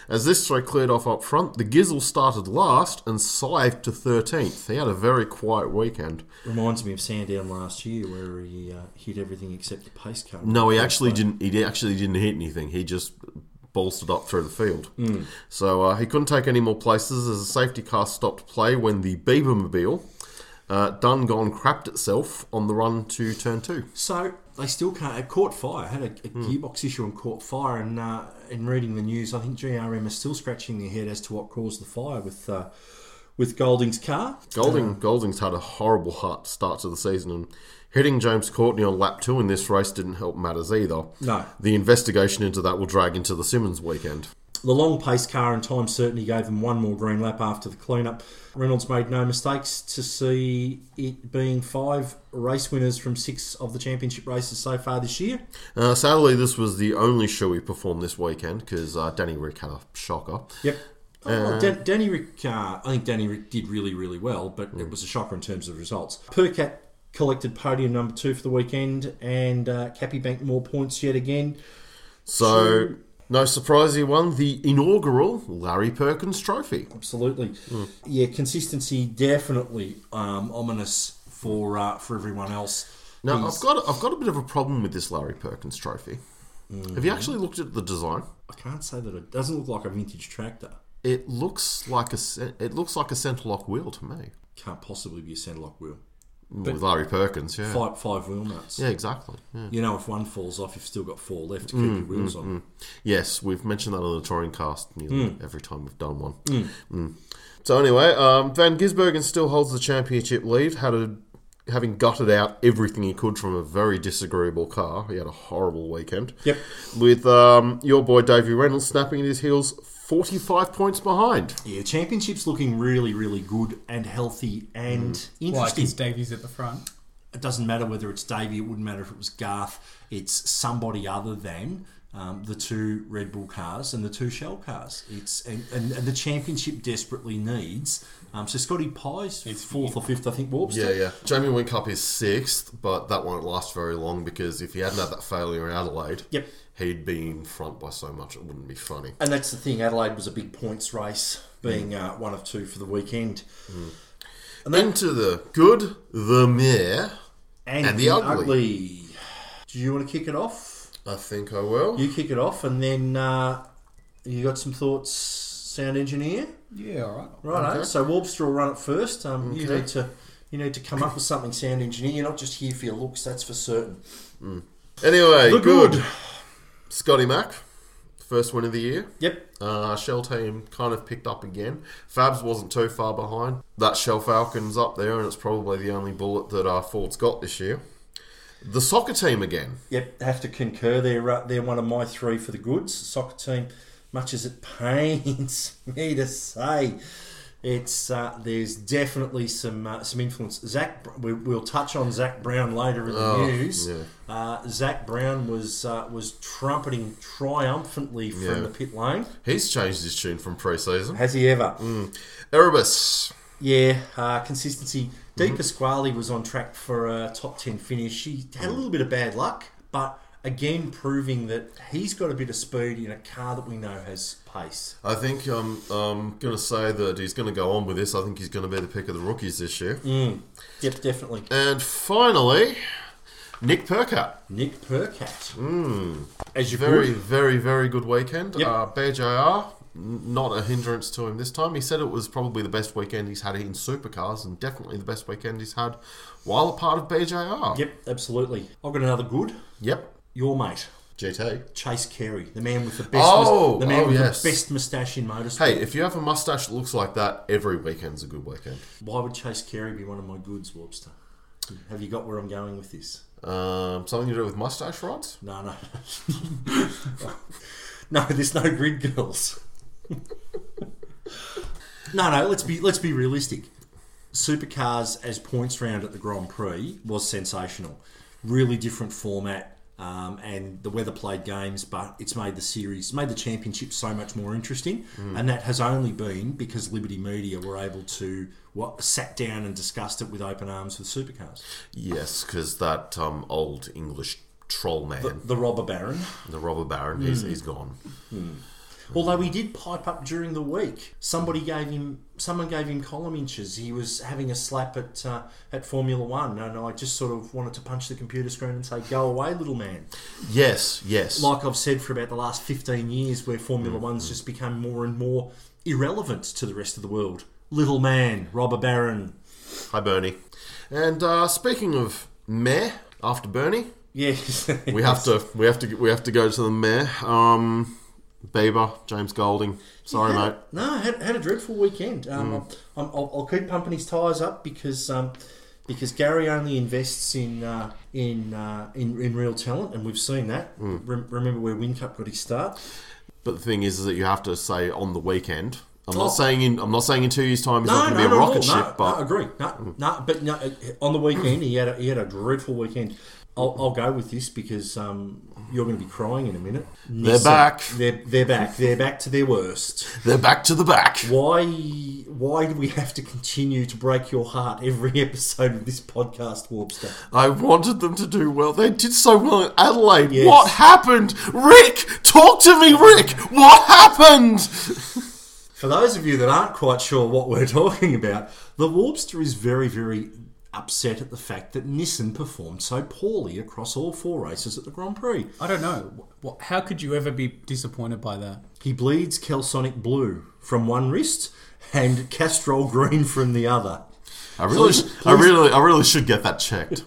[SPEAKER 3] As this three cleared off up front, the Gizzle started last and scythed to 13th. He had a very quiet weekend.
[SPEAKER 1] Reminds me of Sandown last year where he uh, hit everything except the pace car.
[SPEAKER 3] No, he actually didn't. He actually didn't hit anything. He just bolstered up through the field. So uh, he couldn't take any more places as a safety car stopped play when the Biebermobile, uh, done gone, crapped itself on the run to turn two.
[SPEAKER 1] So they still can't. It caught fire. Had a, a gearbox issue and caught fire. And uh, in reading the news, I think GRM is still scratching their head as to what caused the fire with uh, with Golding's car.
[SPEAKER 3] Golding Golding's had a horrible hot start to the season, and hitting James Courtney on lap two in this race didn't help matters either.
[SPEAKER 1] No.
[SPEAKER 3] the investigation into that will drag into the Simmons weekend.
[SPEAKER 1] The long pace car and time certainty gave them one more green lap after the cleanup. Reynolds made no mistakes to see it being five race winners from six of the championship races so far this year.
[SPEAKER 3] Uh, sadly, this was the only show he performed this weekend because uh, Danny Rick had a shocker.
[SPEAKER 1] Yep. Oh, Dan- Danny Rick, uh, I think Danny Rick did really, really well, but
[SPEAKER 3] Hmm.
[SPEAKER 1] it was a shocker in terms of results. Percat collected podium number two for the weekend, and uh, Cappy banked more points yet again.
[SPEAKER 3] So, no surprise he won the inaugural Larry Perkins Trophy.
[SPEAKER 1] Absolutely.
[SPEAKER 3] Hmm.
[SPEAKER 1] Yeah, consistency definitely um, ominous for uh, for everyone else.
[SPEAKER 3] Now,
[SPEAKER 1] He's-
[SPEAKER 3] I've got I've got a bit of a problem with this Larry Perkins Trophy. Have you actually looked at the design?
[SPEAKER 1] I can't say that it doesn't look like a vintage tractor.
[SPEAKER 3] It looks like a cen- it looks like a centerlock wheel to me.
[SPEAKER 1] Can't possibly be a centerlock wheel.
[SPEAKER 3] With Larry Perkins, yeah,
[SPEAKER 1] Five, five wheel nuts.
[SPEAKER 3] yeah, Mm, exactly. Yeah.
[SPEAKER 1] You know, if one falls off, you've still got four left to keep your wheels on.
[SPEAKER 3] Yes, we've mentioned that on the touring cast nearly
[SPEAKER 1] Hmm.
[SPEAKER 3] every time we've done one. Mm. So anyway, um, Van Gisbergen still holds the championship lead, had a, having gutted out everything he could from a very disagreeable car. He had a horrible weekend.
[SPEAKER 1] Yep.
[SPEAKER 3] With um, your boy Davey Reynolds snapping at his heels, forty-five points behind.
[SPEAKER 1] Yeah, championship's looking really, really good and healthy and
[SPEAKER 3] Mm.
[SPEAKER 2] Like
[SPEAKER 1] interesting.
[SPEAKER 2] his Davies at the front.
[SPEAKER 1] it doesn't matter whether it's Davey, it wouldn't matter if it was Garth. It's somebody other than um, the two Red Bull cars and the two Shell cars. It's and, and, and the championship desperately needs. Um, so Scotty Pye's fourth or fifth, I think. Warps.
[SPEAKER 3] Yeah, yeah. Jamie Wincup is sixth, but that won't last very long because if he hadn't had that failure in Adelaide,
[SPEAKER 1] Yep.
[SPEAKER 3] he'd be in front by so much it wouldn't be funny.
[SPEAKER 1] And that's the thing. Adelaide was a big points race, being uh, one of two for the weekend.
[SPEAKER 3] Into the good, the mere.
[SPEAKER 1] And,
[SPEAKER 3] the ugly.
[SPEAKER 1] Do you want to kick it off?
[SPEAKER 3] I think I will.
[SPEAKER 1] You kick it off, and then uh, you got some thoughts, sound engineer.
[SPEAKER 2] Yeah, all right.
[SPEAKER 1] Right.
[SPEAKER 3] Okay.
[SPEAKER 1] So Warpster will run it first. Um, You
[SPEAKER 3] Okay.
[SPEAKER 1] need to you need to come up with something, sound engineer. You're not just here for your looks. That's for certain.
[SPEAKER 3] Anyway,
[SPEAKER 1] The
[SPEAKER 3] good.
[SPEAKER 1] good.
[SPEAKER 3] Scotty Mack, first win of the year.
[SPEAKER 1] Yep.
[SPEAKER 3] Uh, Shell team kind of picked up again. Fabs wasn't too far behind. That Shell Falcon's up there, and it's probably the only bullet that uh, Ford's got this year. The soccer team again.
[SPEAKER 1] Yep, have to concur. They're uh, they're one of my three for the goods. Soccer team, much as it pains me to say, it's uh, there's definitely some uh, some influence. Zach, we, we'll touch on Zach Brown later in the news.
[SPEAKER 3] yeah.
[SPEAKER 1] Uh, Zach Brown was uh, was trumpeting triumphantly from
[SPEAKER 3] Yeah.
[SPEAKER 1] the pit lane. Mm.
[SPEAKER 3] He's changed his tune from pre-season.
[SPEAKER 1] Has he ever?
[SPEAKER 3] Erebus.
[SPEAKER 1] Yeah, uh, consistency. Deep
[SPEAKER 3] Mm-hmm.
[SPEAKER 1] Pasquale was on track for a top 10 finish. He had
[SPEAKER 3] Mm.
[SPEAKER 1] a little bit of bad luck, but again, proving that he's got a bit of speed in a car that we know has pace.
[SPEAKER 3] I think um, I'm going to say that he's going to go on with this. I think he's going to be the pick of the rookies this year.
[SPEAKER 1] Mm. Yep, definitely.
[SPEAKER 3] And finally, Nick Percat.
[SPEAKER 1] Nick Percat. As you
[SPEAKER 3] Mm. Very,
[SPEAKER 1] would.
[SPEAKER 3] very, very good weekend.
[SPEAKER 1] Yep.
[SPEAKER 3] Uh, BJR, n- not a hindrance to him this time. He said it was probably the best weekend he's had in supercars and definitely the best weekend he's had while a part of BJR.
[SPEAKER 1] Yep, absolutely. I've got another good.
[SPEAKER 3] Yep.
[SPEAKER 1] Your mate,
[SPEAKER 3] GT.
[SPEAKER 1] Chase Carey, the man with the best,
[SPEAKER 3] Oh,
[SPEAKER 1] the man
[SPEAKER 3] oh,
[SPEAKER 1] with
[SPEAKER 3] yes.
[SPEAKER 1] the best moustache in motorsport.
[SPEAKER 3] Hey, if you have a mustache that looks like that, every weekend's a good weekend.
[SPEAKER 1] Why would Chase Carey be one of my goods, Warpster? Have you got where I'm going with this?
[SPEAKER 3] Um, something to do with mustache rods?
[SPEAKER 1] No, no. no, there's no grid girls. no, no, let's be let's be realistic. Supercars as points round at the Grand Prix was sensational. Really different format. Um, and the weather played games, but it's made the series, made the championship so much more interesting. And that has only been because Liberty Media were able to what sat down and discussed it with open arms with supercars.
[SPEAKER 3] Yes, because that um, old English troll man, the,
[SPEAKER 1] The robber baron,
[SPEAKER 3] robber baron, he's, he's gone.
[SPEAKER 1] Although he did pipe up during the week, somebody gave him, someone gave him column inches. He was having a slap at uh, at Formula One, and I just sort of wanted to punch the computer screen and say, "Go away, little man."
[SPEAKER 3] Yes, yes.
[SPEAKER 1] Like I've said for about the last fifteen years, where Formula One's just become more and more irrelevant to the rest of the world. Little man, robber baron.
[SPEAKER 3] Hi, Bernie. And uh, speaking of meh, after Bernie,
[SPEAKER 1] Yes,
[SPEAKER 3] we have to we have to we have to go to the mayor. Um, Bieber, James Golding. Sorry, mate. Mm.
[SPEAKER 1] No, I had, had a dreadful weekend. Um, I'm, I'll, I'll keep pumping his tyres up because um, because Gary only invests in uh, in, uh, in in real talent, and we've seen that.
[SPEAKER 3] Mm.
[SPEAKER 1] Rem- remember where Win Cup got his start?
[SPEAKER 3] But the thing is, is that you have to say on the weekend. I'm not
[SPEAKER 1] Oh.
[SPEAKER 3] saying in I'm not saying in two years' time he's not
[SPEAKER 1] No, no,
[SPEAKER 3] going to be
[SPEAKER 1] no,
[SPEAKER 3] a rocket
[SPEAKER 1] no,
[SPEAKER 3] ship,
[SPEAKER 1] no,
[SPEAKER 3] but Mm.
[SPEAKER 1] no, agree. No, no, but no, uh, on the weekend he had a, he had a dreadful weekend. I'll, I'll go with this because um, you're going to be crying in a minute. They're
[SPEAKER 3] back.
[SPEAKER 1] They're they're back. They're back to their worst.
[SPEAKER 3] they're back to the back.
[SPEAKER 1] Why why do we have to continue to break your heart every episode of this podcast, Warpster?
[SPEAKER 3] I wanted them to do well. They did so well in Adelaide.
[SPEAKER 1] Yes.
[SPEAKER 3] What happened, Rick? Talk to me, Rick. What happened?
[SPEAKER 1] For those of you that aren't quite sure what we're talking about, the Warpster is very, very upset at the fact that Nissan performed so poorly across all four races at the Grand Prix.
[SPEAKER 2] I don't know. What, how could you ever be disappointed by that?
[SPEAKER 1] He bleeds Kelsonic Blue from one wrist and Castrol Green from the other.
[SPEAKER 3] I really, sh I really, I really should get that checked.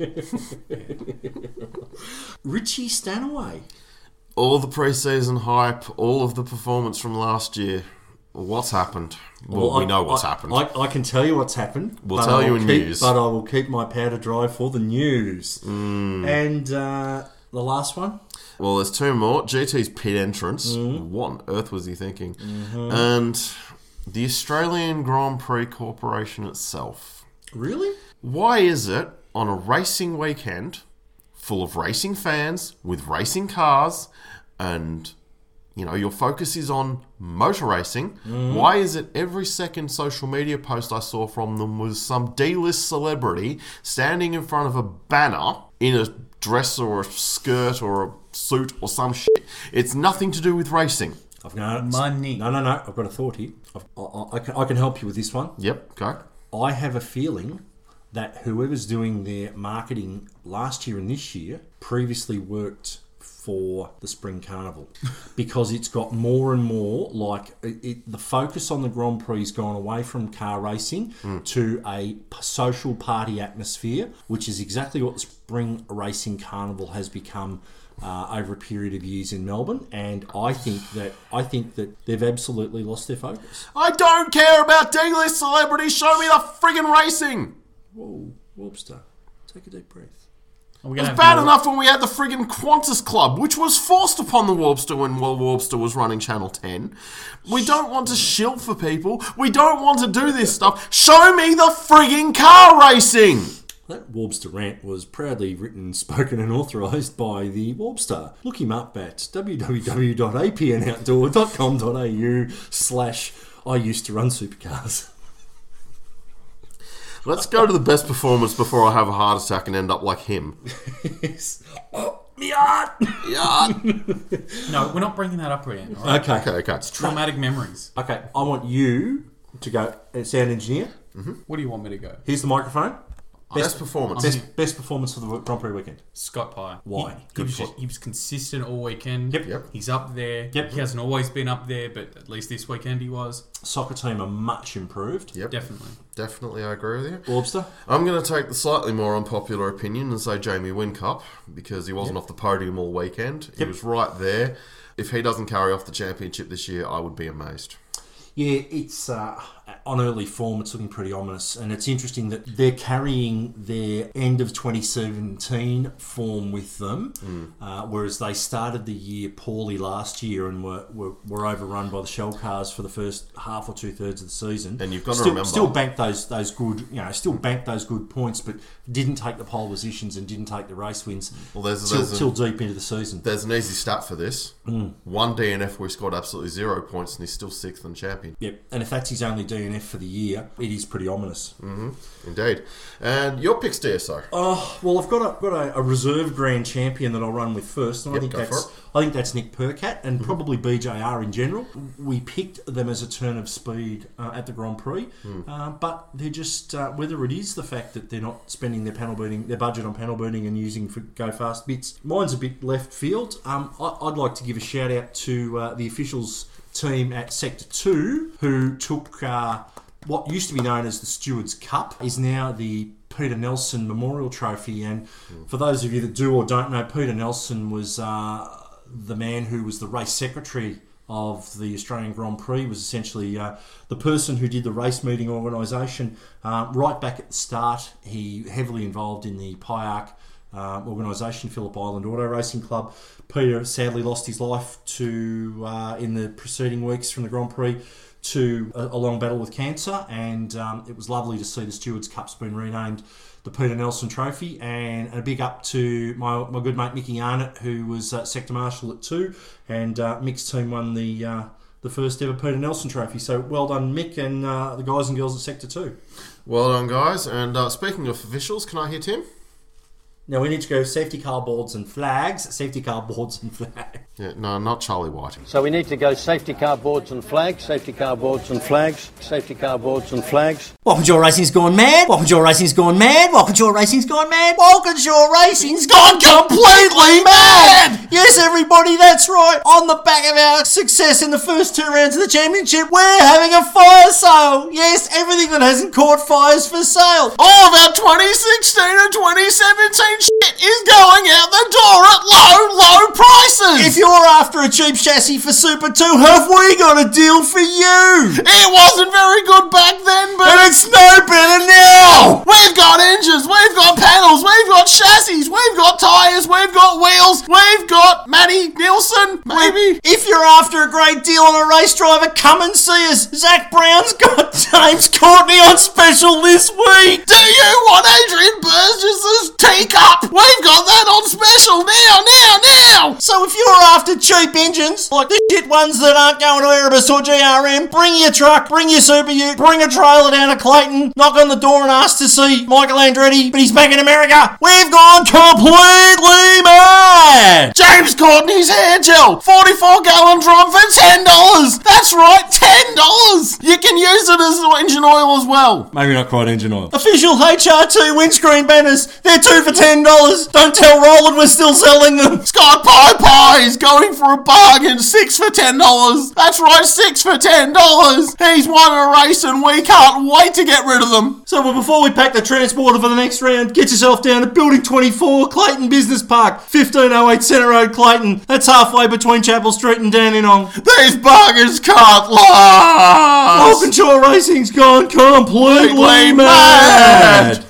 [SPEAKER 1] Richie Stanaway.
[SPEAKER 3] all the preseason hype, all of the performance from last year. What's happened? Well, we
[SPEAKER 1] I-
[SPEAKER 3] know what's
[SPEAKER 1] I-
[SPEAKER 3] happened.
[SPEAKER 1] I, I can tell you what's happened.
[SPEAKER 3] We'll
[SPEAKER 1] but
[SPEAKER 3] tell
[SPEAKER 1] I
[SPEAKER 3] you
[SPEAKER 1] will
[SPEAKER 3] in
[SPEAKER 1] keep-
[SPEAKER 3] news.
[SPEAKER 1] But I will keep my powder dry for the news.
[SPEAKER 3] Mm.
[SPEAKER 1] And uh, the last one?
[SPEAKER 3] well, there's two more. GT's pit entrance. What on earth was he thinking? And the Australian Grand Prix Corporation itself.
[SPEAKER 1] Really?
[SPEAKER 3] Why is it on a racing weekend full of racing fans with racing cars and you know your focus is on motor racing why is it every second social media post i saw from them was some d-list celebrity standing in front of a banner in a dress or a skirt or a suit or some shit. It's nothing to do with racing.
[SPEAKER 1] I've no,
[SPEAKER 5] Money.
[SPEAKER 1] No, no, no. I've got a thought here. I've, I, I, I can, I can help you with this one.
[SPEAKER 3] Yep, go.
[SPEAKER 1] I have a feeling that whoever's doing their marketing last year and this year previously worked for the spring carnival because it's got more and more like it, it, the focus on the grand prix has gone away from car racing to a p- social party atmosphere which is exactly what the spring racing carnival has become uh, over a period of years in melbourne and i think that i think that they've absolutely lost their focus
[SPEAKER 3] I don't care about D-list celebrities. Show me the friggin' racing.
[SPEAKER 1] whoa warpster Oh, take a deep breath
[SPEAKER 2] Are we gonna have
[SPEAKER 3] Bad
[SPEAKER 2] more-
[SPEAKER 3] enough when we had the friggin' Qantas Club, which was forced upon the Warpster when well, Warpster was running Channel 10. We don't want to shill for people. We don't want to do this stuff. Show me the friggin' car racing.
[SPEAKER 1] That Warbster rant was proudly written, spoken, and authorised by the Warbster. Look him up at www.apnoutdoor.com.au slash I used to run supercars.
[SPEAKER 3] Let's go to the best performance before I have a heart attack and end up like him.
[SPEAKER 1] Yes. Oh, me art!
[SPEAKER 3] Yeah.
[SPEAKER 2] No, we're not bringing that up again. all right?
[SPEAKER 1] Okay.
[SPEAKER 3] Okay, okay.
[SPEAKER 2] Traumatic memories.
[SPEAKER 1] Okay, I want you to go, uh, sound engineer.
[SPEAKER 2] What do you want me to go?
[SPEAKER 1] Here's the microphone.
[SPEAKER 3] Best performance.
[SPEAKER 1] Best, best performance for the Grand Prix weekend.
[SPEAKER 2] Scott Pye.
[SPEAKER 1] Why?
[SPEAKER 2] He, he,
[SPEAKER 1] Good
[SPEAKER 2] was,
[SPEAKER 1] call.
[SPEAKER 2] he was consistent all weekend.
[SPEAKER 1] Yep. Yep.
[SPEAKER 2] He's up there.
[SPEAKER 1] Yep.
[SPEAKER 2] He hasn't always been up there, but at least this weekend he was.
[SPEAKER 1] Soccer team are much improved.
[SPEAKER 3] Yep,
[SPEAKER 2] Definitely.
[SPEAKER 3] definitely I agree with you.
[SPEAKER 1] Warbster?
[SPEAKER 3] I'm going to take the slightly more unpopular opinion and say Jamie Wincup because he wasn't off the podium all weekend. He was right there. If he doesn't carry off the championship this year, I would be amazed.
[SPEAKER 1] Yeah, it's uh, on early form. It's looking pretty ominous, and it's interesting that they're carrying their end of 2017 form with them,
[SPEAKER 3] Hmm.
[SPEAKER 1] uh, whereas they started the year poorly last year and were, were, were overrun by the shell cars for the first half or two thirds of the season.
[SPEAKER 3] And you've got to
[SPEAKER 1] still,
[SPEAKER 3] remember-
[SPEAKER 1] still banked those those good, you know, still banked those good points, but didn't take the pole positions and didn't take the race wins
[SPEAKER 3] Well, there's-
[SPEAKER 1] till,
[SPEAKER 3] there's a-
[SPEAKER 1] till deep into the season.
[SPEAKER 3] There's an easy stat for this. One DNF where he scored absolutely zero points and he's still sixth and champion.
[SPEAKER 1] Yep, and if that's his only DNF for the year, it is pretty ominous.
[SPEAKER 3] Indeed. And your picks, DSO.
[SPEAKER 1] Oh well, I've got a got a, a reserve grand champion that I'll run with first, and I
[SPEAKER 3] Yep,
[SPEAKER 1] think
[SPEAKER 3] go for
[SPEAKER 1] that's
[SPEAKER 3] it. Mm-hmm.
[SPEAKER 1] I think that's Nick Percat and probably BJR in general. We picked them as a turn of speed uh, at the Grand Prix,
[SPEAKER 3] Hmm.
[SPEAKER 1] uh, but they're just uh, whether it is the fact that they're not spending their panel burning their budget on panel burning and using for go fast bits. Mine's a bit left field. Um, I, I'd like to give a shout out to uh, the officials team at Sector Two who took. Uh, what used to be known as the Stewards Cup is now the Peter Nelson Memorial Trophy. And for those of you that do or don't know, Peter Nelson was uh, the man who was the race secretary of the Australian Grand Prix. Was essentially uh, the person who did the race meeting organisation uh, right back at the start. He heavily involved in the PIARC um, organisation, Phillip Island Auto Racing Club. Peter sadly lost his life to uh, in the preceding weeks from the Grand Prix to uh, a, a long battle with cancer, and um, it was lovely to see the Stewards Cup's been renamed the Peter Nelson Trophy. And a big up to my, my good mate Mickey Arnott, who was uh, sector marshal at two, and uh, Mick's team won the. Uh, the first ever Peter Nelson Trophy. So well done, Mick, and uh, the guys and girls at Sector 2.
[SPEAKER 3] Well done, guys. And uh, speaking of officials, can I hear Tim?
[SPEAKER 1] Now we need to go safety car boards and flags. Safety car boards and flags.
[SPEAKER 3] Yeah, no, not Charlie White.
[SPEAKER 6] So we need to go safety car boards and flags, safety car boards and flags, safety car boards and flags.
[SPEAKER 1] Walkinshaw Racing's gone mad. Walkinshaw Racing's gone mad. Walkinshaw Racing's gone mad. Walkinshaw Racing's gone completely mad. Yes, everybody, that's right. On the back of our success in the first two rounds of the championship, we're having a fire sale. Yes, everything that hasn't caught fires for sale.
[SPEAKER 3] All of our 2016 and 2017 shit is going out the door at low, low prices.
[SPEAKER 1] If you're after a cheap chassis for Super 2, have we got a deal for you?
[SPEAKER 3] It wasn't very good back then, but
[SPEAKER 1] And it's no better now.
[SPEAKER 3] We've got engines, we've got panels, we've got chassis, we've got tyres, we've got wheels, we've got Matty Nielsen, maybe.
[SPEAKER 1] If you're after a great deal on a race driver, come and see us. Zach Brown's got James Courtney on special this week.
[SPEAKER 3] Do you want Adrian Burgess's teacup? We've got that on special now, now, now!
[SPEAKER 1] So if you're after cheap engines like this shit ones that aren't going to Erebus or GRM, bring your truck, bring your Super Ute, bring a trailer down to Clayton, knock on the door and ask to see Michael Andretti, but he's back in America. We've gone completely mad!
[SPEAKER 3] James Courtney's hair gel, 44 gallon drum for $10. That's right, $10. You can use it as engine oil as well.
[SPEAKER 1] Maybe not quite engine oil. Official HR2 windscreen banners, they're two for $10. Don't tell Roland we're still selling them.
[SPEAKER 3] Scott Pie Pie is going for a bargain, six for ten dollars. That's right, six for ten dollars. He's won a race, and we can't wait to get rid of them.
[SPEAKER 1] So well, before we pack the transporter for the next round, get yourself down to Building 24, Clayton Business Park, 1508 Centre Road, Clayton. That's halfway between Chapel Street and Dandenong.
[SPEAKER 3] These bargains can't last.
[SPEAKER 1] Welcome to our Racing's gone completely
[SPEAKER 3] Completely
[SPEAKER 1] mad.
[SPEAKER 3] mad.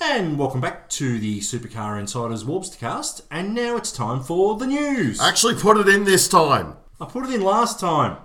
[SPEAKER 1] And welcome back to the Supercar Insiders Warpstercast. And now it's time for the news. I
[SPEAKER 3] Actually, put it in this time.
[SPEAKER 1] put it in last time.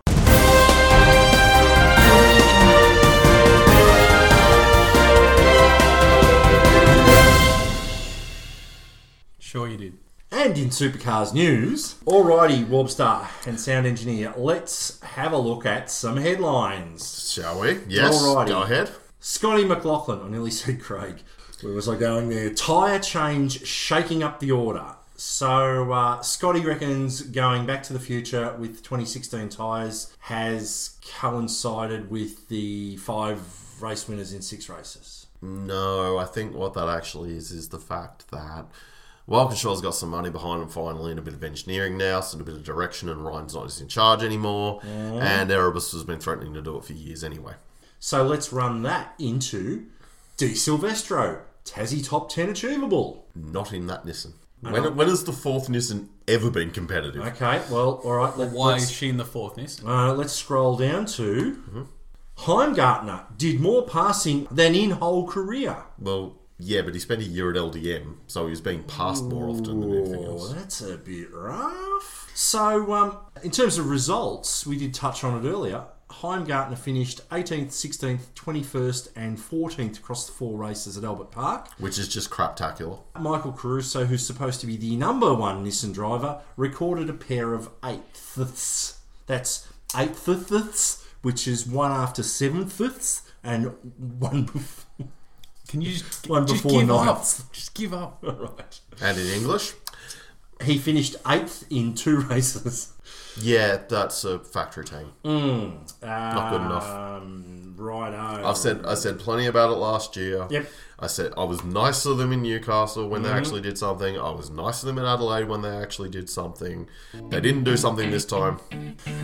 [SPEAKER 2] Sure you did.
[SPEAKER 1] And in Supercars news, alrighty, Warpstar and sound engineer, let's have a look at some headlines.
[SPEAKER 3] Shall we? Yes.
[SPEAKER 1] Alrighty.
[SPEAKER 3] Go ahead.
[SPEAKER 1] Scotty McLaughlin, I nearly said Craig. Where was I going there? Tyre change shaking up the order. So uh, Scotty reckons going back to the future with 2016 tyres has coincided with the five race winners in six races.
[SPEAKER 3] No, I think what that actually is is the fact that Walkinshaw's got some money behind him finally and a bit of engineering now, so a bit of direction, and Ryan's not as in charge anymore. And Erebus has been threatening to do it for years anyway.
[SPEAKER 1] So let's run that into Di Silvestro, Tassie top 10 achievable.
[SPEAKER 3] Not in that Nissan. When, when has the fourth Nissan ever been competitive?
[SPEAKER 1] Okay, well, all right. Let,
[SPEAKER 2] Why
[SPEAKER 1] us
[SPEAKER 2] is she in the fourth nest?
[SPEAKER 1] Uh, let's scroll down to Heimgartner did more passing than in whole career.
[SPEAKER 3] Well, yeah, but he spent a year at LDM, so he was being passed more often than anything
[SPEAKER 1] Well,
[SPEAKER 3] else.
[SPEAKER 1] that's a bit rough. So, um, in terms of results, we did touch on it earlier. Heimgartner finished 18th, 16th, 21st, and 14th across the four races at Albert Park.
[SPEAKER 3] Which is just craptacular.
[SPEAKER 1] Michael Caruso, who's supposed to be the number one Nissan driver, recorded a pair of eighths. That's eighths, which is one after sevenths and one before.
[SPEAKER 2] Can you just,
[SPEAKER 1] One
[SPEAKER 2] just
[SPEAKER 1] before
[SPEAKER 2] give
[SPEAKER 1] ninth.
[SPEAKER 2] up? Just give up.
[SPEAKER 1] Right.
[SPEAKER 3] And in English?
[SPEAKER 1] He finished eighth in two races.
[SPEAKER 3] Yeah, that's a factory team. Not good enough.
[SPEAKER 1] Um, righto.
[SPEAKER 3] I've said I said plenty about it last year.
[SPEAKER 1] Yep.
[SPEAKER 3] I said I was nice to them in Newcastle when they actually did something. I was nice to them in Adelaide when they actually did something. They didn't do something this time.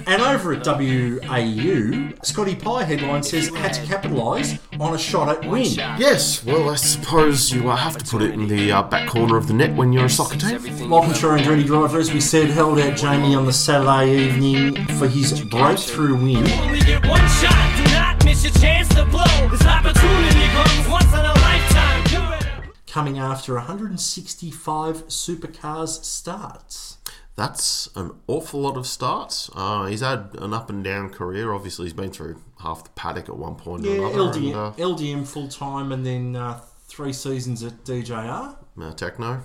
[SPEAKER 1] And over at WAU, Scotty Pye headline says had to capitalise on a shot at win.
[SPEAKER 3] Yes, well, I suppose you uh, have to put it in the uh, back corner of the net when you're a soccer team.
[SPEAKER 1] Lockenshire and Greedy Driver, as we said, held out Jamie on the Saturday evening for his breakthrough win.
[SPEAKER 5] Only get one shot, do not miss your chance to blow. This opportunity comes once in a lifetime. You're at a-
[SPEAKER 1] coming after 165 supercars starts.
[SPEAKER 3] That's an awful lot of starts. Uh, he's had an up and down career. Obviously, he's been through half the paddock at one point or another.
[SPEAKER 1] LDM,
[SPEAKER 3] And, uh,
[SPEAKER 1] LDM full time and then uh, three seasons at DJR.
[SPEAKER 3] uh, techno.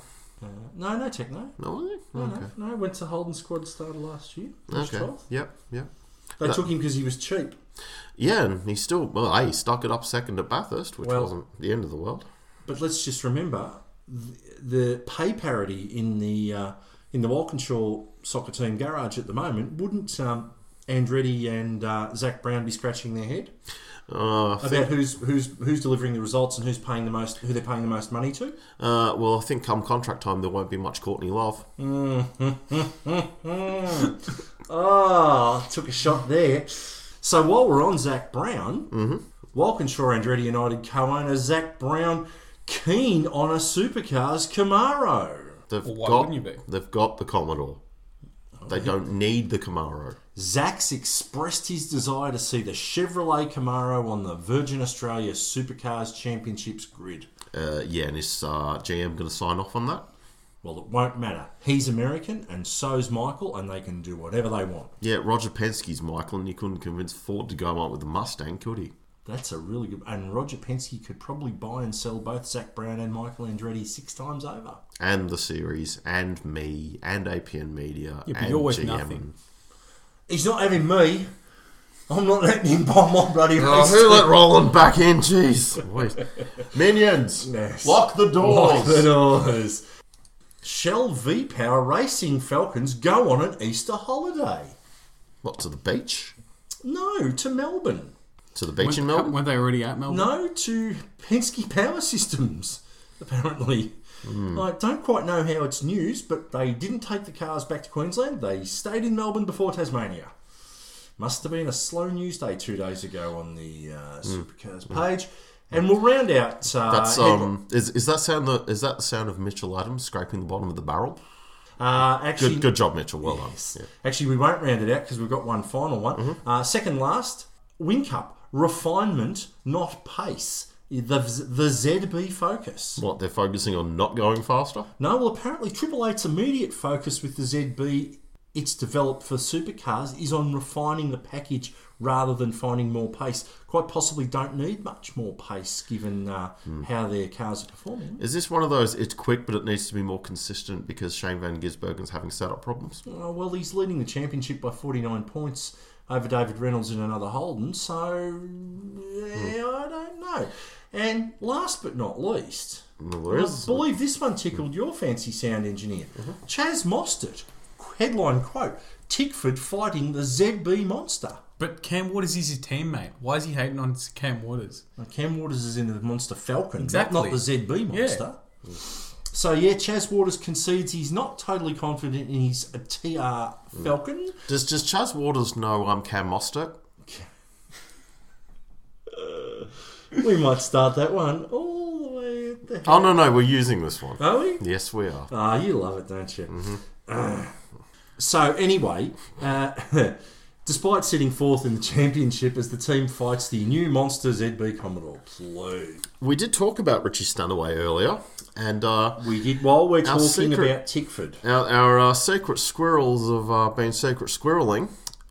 [SPEAKER 1] No, no techno.
[SPEAKER 3] No,
[SPEAKER 1] No,
[SPEAKER 3] okay.
[SPEAKER 1] no, went to Holden squad started last year. finished
[SPEAKER 3] Okay.
[SPEAKER 1] 12th.
[SPEAKER 3] Yep. Yep.
[SPEAKER 1] They took him because he was cheap.
[SPEAKER 3] Yeah, and he still well, hey, he stuck it up second at Bathurst, which
[SPEAKER 1] Well-
[SPEAKER 3] wasn't the end of the world.
[SPEAKER 1] But let's just remember the, the pay parity in the uh, in the Walkinshaw soccer team garage at the moment wouldn't um, Andretti and uh, Zach Brown be scratching their head
[SPEAKER 3] Uh, I think-
[SPEAKER 1] about who's who's who's delivering the results and who's paying the most who they're paying the most money to?
[SPEAKER 3] uh, well, I think come contract time there won't be much Courtney Love.
[SPEAKER 2] Mm.
[SPEAKER 1] Ah, took a shot there. So while we're on Zach Brown, Walkinshaw Andretti United co-owner Zach Brown keen on a supercars Camaro.
[SPEAKER 3] They've
[SPEAKER 2] Well, why
[SPEAKER 3] got
[SPEAKER 2] wouldn't you be? Oh.
[SPEAKER 3] they've got the Commodore. They don't need the Camaro.
[SPEAKER 1] Zach's expressed his desire to see the Chevrolet Camaro on the Virgin Australia Supercars Championships grid.
[SPEAKER 3] Uh, yeah, and is uh, GM going to sign off on that?
[SPEAKER 1] Well, it won't matter. He's American, and so's Michael, and they can do whatever they want.
[SPEAKER 3] Yeah, Roger Penske's Michael, and he couldn't convince Ford to go out with the Mustang, could he?
[SPEAKER 1] That's a really good. And Roger Penske could probably buy and sell both Zach Brown and Michael Andretti six times over.
[SPEAKER 3] And the series, and me, and APN Media,
[SPEAKER 2] Yeah, but
[SPEAKER 3] and
[SPEAKER 2] you're worth
[SPEAKER 3] GM.
[SPEAKER 2] nothing.
[SPEAKER 1] He's not having me. I'm not letting him buy my bloody
[SPEAKER 3] Oh,
[SPEAKER 1] race.
[SPEAKER 3] who let Roland back in? Jeez. Minions.
[SPEAKER 1] Yes.
[SPEAKER 3] Lock the doors.
[SPEAKER 1] Lock the doors. Shell V Power Racing Falcons go on an Easter holiday?
[SPEAKER 3] What, to the beach?
[SPEAKER 1] No, to Melbourne.
[SPEAKER 3] To the beach
[SPEAKER 2] Weren't-
[SPEAKER 3] in Melbourne?
[SPEAKER 2] Weren't they already at Melbourne?
[SPEAKER 1] No, to Penske Power Systems, apparently.
[SPEAKER 3] Hmm.
[SPEAKER 1] I don't quite know how it's news, but they didn't take the cars back to Queensland. They stayed in Melbourne before Tasmania. Must have been a slow news day two days ago on the uh, Supercars page. And we'll round out. Uh,
[SPEAKER 3] Hmm. That's
[SPEAKER 1] headli-
[SPEAKER 3] um. Is, is that sound? The, is that the sound of Mitchell Adams scraping the bottom of the barrel?
[SPEAKER 1] uh, actually,
[SPEAKER 3] Good, good job, Mitchell. Well
[SPEAKER 1] Yes.
[SPEAKER 3] done. Yeah. Mm-hmm.
[SPEAKER 1] Actually, we won't round it out because we've got one final one. Uh, second last, Win Cup refinement, not pace. The the ZB focus.
[SPEAKER 3] What they're focusing on not going faster?
[SPEAKER 1] No, well, apparently Triple Eight's immediate focus with the ZB it's developed for supercars is on refining the package rather than finding more pace. Quite possibly, don't need much more pace given uh, how their cars are performing.
[SPEAKER 3] Is this one of those? It's quick, but it needs to be more consistent because Shane Van Gisbergen's having setup problems.
[SPEAKER 1] Uh, well, he's leading the championship by 49 points over David Reynolds and another Holden, so
[SPEAKER 2] Hmm.
[SPEAKER 1] yeah, I don't know. And last but not least,
[SPEAKER 3] Well, there
[SPEAKER 1] I
[SPEAKER 3] is-
[SPEAKER 1] believe this one tickled your fancy, sound engineer.
[SPEAKER 2] Mm-hmm.
[SPEAKER 1] Chaz Mostert, headline quote Tickford fighting the ZB monster.
[SPEAKER 2] But Cam Waters is his teammate. Why is he hating on Cam Waters?
[SPEAKER 1] Now, Cam Waters is in the Monster Falcon,
[SPEAKER 2] Exactly.
[SPEAKER 1] not, not the ZB
[SPEAKER 2] Yeah.
[SPEAKER 1] Monster. So yeah, Chaz Waters concedes he's not totally confident in his TR
[SPEAKER 2] Hmm.
[SPEAKER 1] Falcon.
[SPEAKER 3] Does Does Chaz Waters know I'm Cam Mostert?
[SPEAKER 1] We might start that one all the way at the
[SPEAKER 3] Oh no, no, we're using this one.
[SPEAKER 1] Are we?
[SPEAKER 3] Yes, we are.
[SPEAKER 1] Ah, you love it, don't you?
[SPEAKER 3] Mm-hmm.
[SPEAKER 1] Ah. so, anyway, uh, despite sitting fourth in the championship as the team fights the new monster ZB Commodore, please.
[SPEAKER 3] We did talk about Richie Stanaway earlier, and uh,
[SPEAKER 1] We did, while we're
[SPEAKER 3] Our
[SPEAKER 1] talking
[SPEAKER 3] secret-
[SPEAKER 1] about Tickford.
[SPEAKER 3] our, our uh, secret squirrels have uh, been secret squirreling.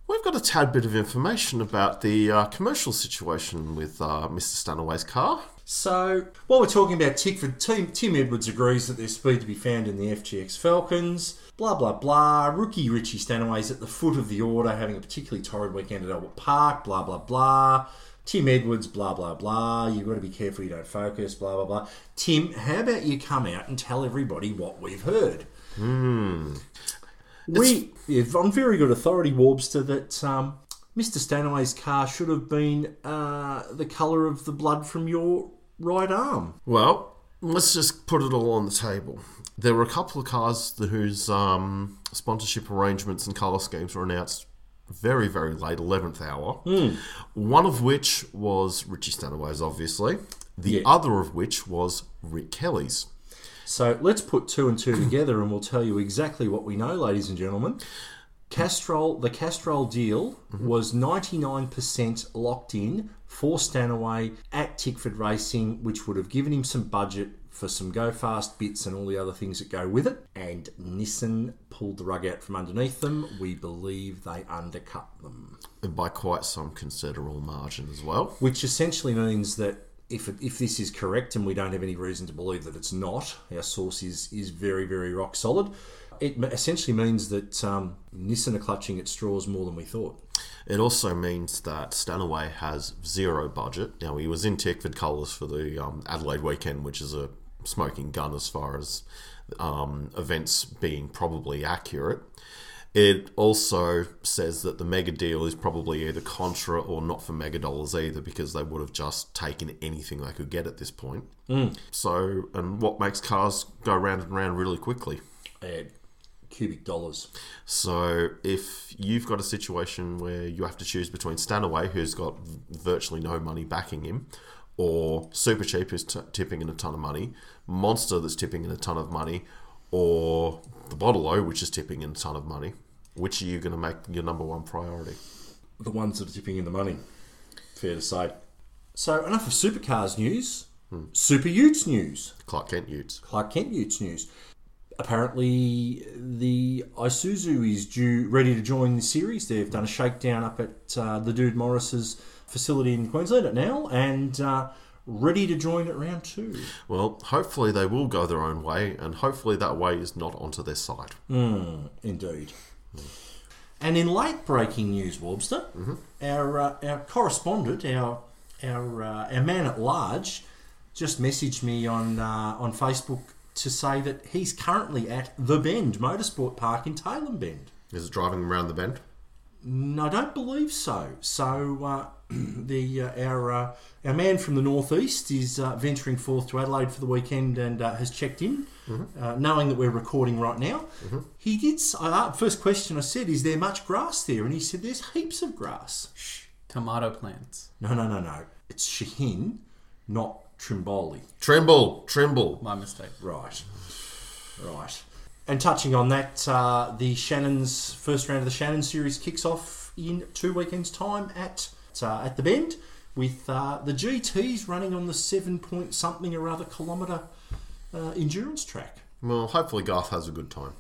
[SPEAKER 3] We've got a tad bit of information about the uh, commercial situation with uh, Mr. Stanaway's car.
[SPEAKER 1] So, while we're talking about Tickford, Tim, Tim Edwards agrees that there's speed to be found in the FGX Falcons. Blah, blah, blah. Rookie Richie Stanaway's at the foot of the order, having a particularly torrid weekend at Albert Park. Blah, blah, blah. Tim Edwards, blah, blah, blah. You've got to be careful you don't focus. Blah, blah, blah. Tim, how about you come out and tell everybody what we've heard? We, if on very good authority, Warbster, that um, Mr. Stanaway's car should have been uh, the colour of the blood from your right arm.
[SPEAKER 3] Well, let's just put it all on the table. There were a couple of cars th- whose um, sponsorship arrangements and colour schemes were announced very, very late, 11th hour. One of which was Richie Stanaway's, obviously. The
[SPEAKER 1] Yeah.
[SPEAKER 3] other of which was Rick Kelly's.
[SPEAKER 1] So let's put two and two together, and we'll tell you exactly what we know, ladies and gentlemen. Castrol, the Castrol deal was 99% locked in for Stanaway at Tickford Racing, which would have given him some budget for some go fast bits and all the other things that go with it. And Nissan pulled the rug out from underneath them. We believe they undercut them,
[SPEAKER 3] by quite some considerable margin as well.
[SPEAKER 1] which essentially means that. If, it, if this is correct, and we don't have any reason to believe that it's not, our source is, is very, very rock solid. It m- essentially means that um, Nissan are clutching at straws more than we thought.
[SPEAKER 3] It also means that Stanaway has zero budget. Now, he was in Tickford colours for the um, Adelaide weekend, which is a smoking gun as far as um, events being probably accurate. It also says that the mega deal is probably either contra or not for mega dollars either because they would have just taken anything they could get at this point. So, and what makes cars go round and round really quickly?
[SPEAKER 1] at cubic dollars.
[SPEAKER 3] So if you've got a situation where you have to choose between Stanaway, who's got virtually no money backing him, or Super Cheap, who's t- tipping in a ton of money, Monster, that's tipping in a ton of money, or the Bottle O, which is tipping in a ton of money, which are you going to make your number one priority?
[SPEAKER 1] The ones that are tipping in the money. Fair to say. So enough of supercars news. Super Utes news.
[SPEAKER 3] Clark Kent Utes.
[SPEAKER 1] Clark Kent Utes news. Apparently, the Isuzu is due, ready to join the series. They've done a shakedown up at uh, the Dude Morris's facility in Queensland at now, and uh, ready to join at round two.
[SPEAKER 3] Well, hopefully they will go their own way, and hopefully that way is not onto their side.
[SPEAKER 1] Indeed. And in late breaking news, Warbster, our uh, our correspondent, our our uh, our man at large, just messaged me on uh, on Facebook to say that he's currently at the Bend Motorsport Park in Taylor Bend.
[SPEAKER 3] Is it driving around the bend?
[SPEAKER 1] No, I don't believe so. So uh, the uh, our uh, our man from the northeast is uh, venturing forth to Adelaide for the weekend and uh, has checked in, uh, knowing that we're recording right now. He did. s- I uh, first question I said, "Is there much grass there?" And he said, "There's heaps of grass."
[SPEAKER 2] Tomato plants.
[SPEAKER 1] No, no, no, no. It's Shaheen, not Trimboli.
[SPEAKER 3] Tremble, tremble.
[SPEAKER 2] My mistake.
[SPEAKER 1] Right. Right. And touching on that, uh, the Shannon's first round of the Shannon series kicks off in two weekends' time at uh, at the Bend, with uh, the GTS running on the seven point something or other kilometre uh, endurance track,
[SPEAKER 3] Well, hopefully Garth has a good time.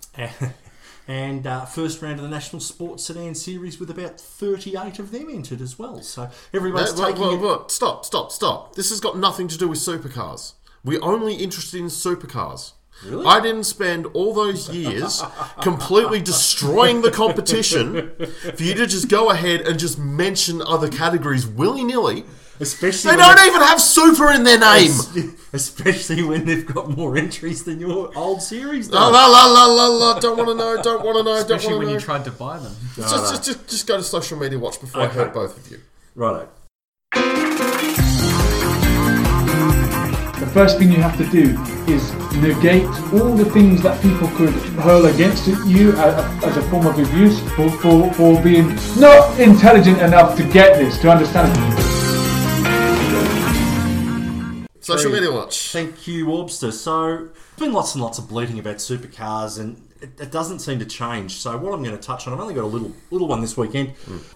[SPEAKER 1] and uh, first round of the National Sports Sedan Series with about thirty eight of them entered as well. So everyone's
[SPEAKER 3] Wait, wait,
[SPEAKER 1] taking
[SPEAKER 3] wait,
[SPEAKER 1] it-
[SPEAKER 3] wait. Stop, stop, stop. This has got nothing to do with supercars. We're only interested in supercars.
[SPEAKER 1] Really?
[SPEAKER 3] I didn't spend all those years completely destroying the competition for you to just go ahead and just mention other categories willy nilly.
[SPEAKER 1] especially
[SPEAKER 3] They
[SPEAKER 1] when
[SPEAKER 3] don't even have super in their name.
[SPEAKER 1] especially when they've got more entries than your old series. does.
[SPEAKER 3] La la la la la la. Don't want to know. Don't want to know.
[SPEAKER 2] Especially
[SPEAKER 3] don't
[SPEAKER 2] when
[SPEAKER 3] want to
[SPEAKER 2] you
[SPEAKER 3] know.
[SPEAKER 2] tried to buy them.
[SPEAKER 3] just, just, just, just go to social media watch before I hurt both of you.
[SPEAKER 1] Righto.
[SPEAKER 7] The first thing you have to do is negate all the things that people could hurl against you as, as a form of abuse for, for, for being not intelligent enough to get this, to understand
[SPEAKER 3] Social media watch.
[SPEAKER 1] Thank you, Orbster. So, there's been lots and lots of bleating about supercars, and it, it doesn't seem to change. So, what I'm going to touch on, I've only got a little little one this weekend.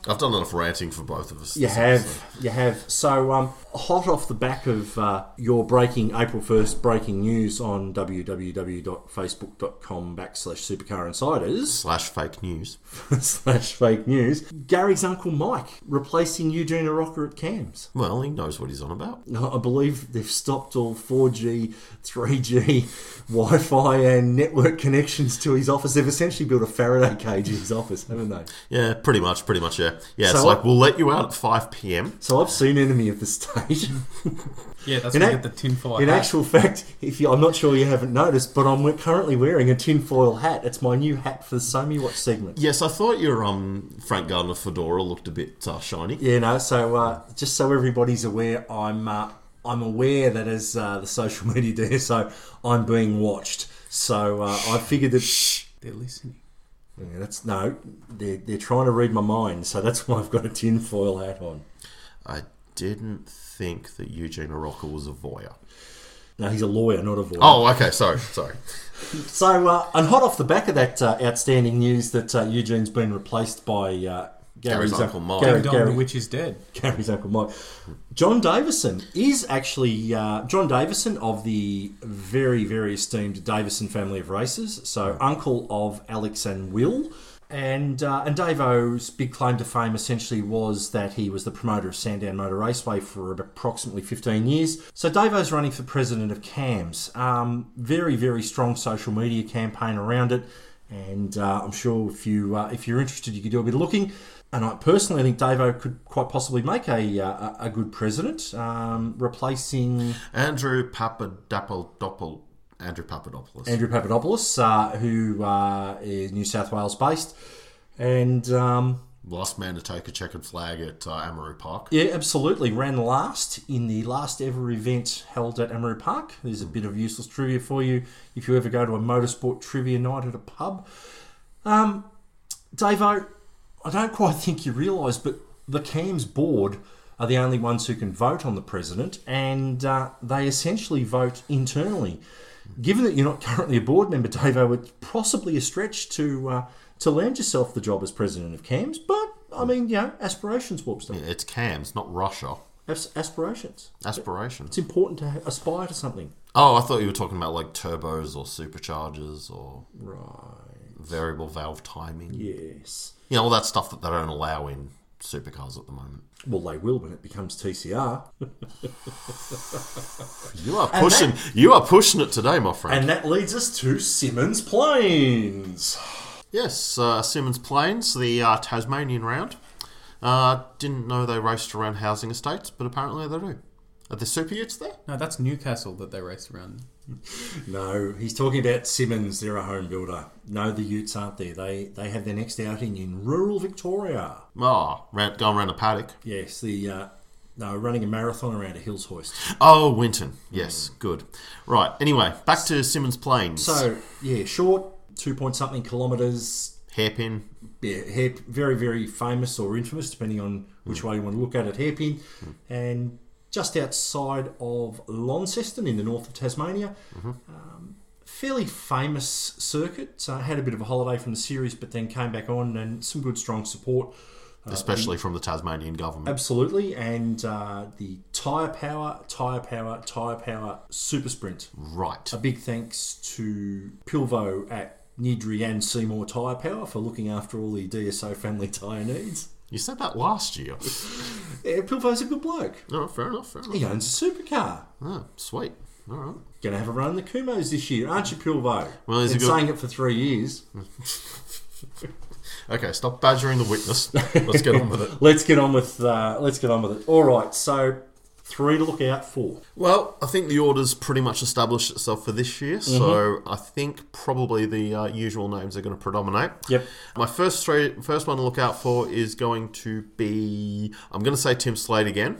[SPEAKER 3] I've done enough ranting for both of us.
[SPEAKER 1] You
[SPEAKER 3] This episode.
[SPEAKER 1] have, you have. So, um, hot off the back of uh, your breaking April first breaking news on www.facebook.com backslash supercar insiders
[SPEAKER 3] slash fake news.
[SPEAKER 1] slash fake news. Gary's uncle Mike replacing Eugene Rocker at Cams.
[SPEAKER 3] Well, he knows what he's on about.
[SPEAKER 1] I believe they've stopped all 4G, 3G, Wi Fi, and network connections to his office. They've essentially built a Faraday cage in his office, haven't they?
[SPEAKER 3] Yeah, pretty much, pretty much, yeah. Yeah, it's
[SPEAKER 1] So
[SPEAKER 3] like,
[SPEAKER 1] I-
[SPEAKER 3] we'll let you out at 5 p.m.
[SPEAKER 1] So I've seen Enemy of the State.
[SPEAKER 2] Yeah, that's
[SPEAKER 1] In,
[SPEAKER 2] where you
[SPEAKER 1] ac-
[SPEAKER 2] get the tinfoil
[SPEAKER 1] in
[SPEAKER 2] hat.
[SPEAKER 1] actual fact, if you, I'm not sure you haven't noticed, but I'm we- currently wearing a tinfoil hat. It's my new hat for the Somi Watch segment.
[SPEAKER 3] Yes, I thought your um, Frank Gardner fedora looked a bit uh, shiny.
[SPEAKER 1] Yeah, no. So uh, just so everybody's aware, I'm uh, I'm aware that as uh, the social media DSO, I'm being watched. So uh, I figured that.
[SPEAKER 2] They're listening.
[SPEAKER 1] Yeah, that's no. They're, they're trying to read my mind, so that's why I've got a tinfoil hat on.
[SPEAKER 3] I didn't think that Eugene Arocca was a voyeur.
[SPEAKER 1] No, he's a lawyer, not a voice.
[SPEAKER 3] Oh, okay, sorry, sorry.
[SPEAKER 1] So, uh, and hot off the back of that uh, outstanding news that uh, Eugene's been replaced by uh, Gary's,
[SPEAKER 3] Uncle Mike.
[SPEAKER 1] Gary,
[SPEAKER 2] Ding dong,
[SPEAKER 1] Gary-
[SPEAKER 2] the witch is dead.
[SPEAKER 1] Gary's Uncle Mike. John Davison is actually uh, John Davison of the very, very esteemed Davison family of racers. So, uncle of Alex and Will. And, uh, and Dave O's big claim to fame essentially was that he was the promoter of Sandown Motor Raceway for approximately 15 years. So Dave O's running for president of CAMS. Um, very, very strong social media campaign around it. And uh, I'm sure if, you, uh, if you're interested, you could do a bit of looking. And I personally think Davo could quite possibly make a uh, a a good president, um, replacing
[SPEAKER 3] Andrew Papadopoulos. Andrew Papadopoulos.
[SPEAKER 1] Andrew Papadopoulos, uh, who uh, is New South Wales based. And um,
[SPEAKER 3] Last man to take a checkered flag at uh, Amaru Park.
[SPEAKER 1] yeah, absolutely ran last in the last ever event held at Amaru Park. There's a bit of useless trivia for you if you ever go to a motorsport trivia night at a pub. Um, Davo, I don't quite think you realise, but the CAMS board are the only ones who can vote on the president, and uh, they essentially vote internally. Given that you're not currently a board member, Davo, it's possibly a stretch to uh, to land yourself the job as president of CAMS, but I mean, you know, aspirations, Warpster.
[SPEAKER 3] It's CAMS, not Russia.
[SPEAKER 1] As- aspirations.
[SPEAKER 3] Aspirations.
[SPEAKER 1] It's important to ha- aspire to something.
[SPEAKER 3] Oh, I thought you were talking about like turbos or superchargers or
[SPEAKER 1] Right.
[SPEAKER 3] variable valve timing.
[SPEAKER 1] Yes.
[SPEAKER 3] You know, all that stuff that they don't allow in supercars at the moment.
[SPEAKER 1] Well, they will when it becomes TCR.
[SPEAKER 3] You are pushing. you are pushing it today, my friend.
[SPEAKER 1] And that leads us to Simmons Plains.
[SPEAKER 3] Yes, uh, Simmons Plains, the uh, Tasmanian round. Uh, didn't know they raced around housing estates, but apparently they do. Are the super utes there?
[SPEAKER 2] No, that's Newcastle that they race around.
[SPEAKER 1] No, he's talking about Simmons. They're a home builder. No, the Utes aren't there. They they have their next outing in rural Victoria.
[SPEAKER 3] Oh, round, going around a paddock.
[SPEAKER 1] Yes, the uh, no running a marathon around a hills hoist.
[SPEAKER 3] Oh, Winton. Yes, good. Right, anyway, back to Simmons Plains.
[SPEAKER 1] So yeah, short two point something kilometres.
[SPEAKER 3] Hairpin.
[SPEAKER 1] Yeah, hair, very very famous or infamous, depending on which way you want to look at it. Hairpin, and just outside of Launceston in the north of Tasmania. Um, fairly famous circuit. Uh, had a bit of a holiday from the series, but then came back on and some good strong support.
[SPEAKER 3] Especially from the Tasmanian
[SPEAKER 1] Uh,
[SPEAKER 3] government.
[SPEAKER 1] Absolutely, and uh, the tyre power, tyre power, tyre power super sprint.
[SPEAKER 3] Right.
[SPEAKER 1] A big thanks to Pilvo at Nidri and Seymour Tyre Power for looking after all the DSO family tyre needs.
[SPEAKER 3] You said that last year.
[SPEAKER 1] Yeah, Pilvo's a good bloke.
[SPEAKER 3] oh, fair enough, fair enough.
[SPEAKER 1] He owns a supercar.
[SPEAKER 3] Oh, sweet. All right.
[SPEAKER 1] Gonna have a run in the Kumos this year, aren't you, Pilvo?
[SPEAKER 3] Well, he's a
[SPEAKER 1] Been
[SPEAKER 3] good-
[SPEAKER 1] saying it for three years.
[SPEAKER 3] Okay, stop badgering the witness. Let's get on with it.
[SPEAKER 1] Let's get on with uh, let's get on with it. All right, so three to look out for.
[SPEAKER 3] Well, I think the order's pretty much established itself for this year, so I think probably the uh, usual names are going to predominate.
[SPEAKER 1] Yep.
[SPEAKER 3] My first three, first one to look out for is going to be I'm going to say Tim Slade again.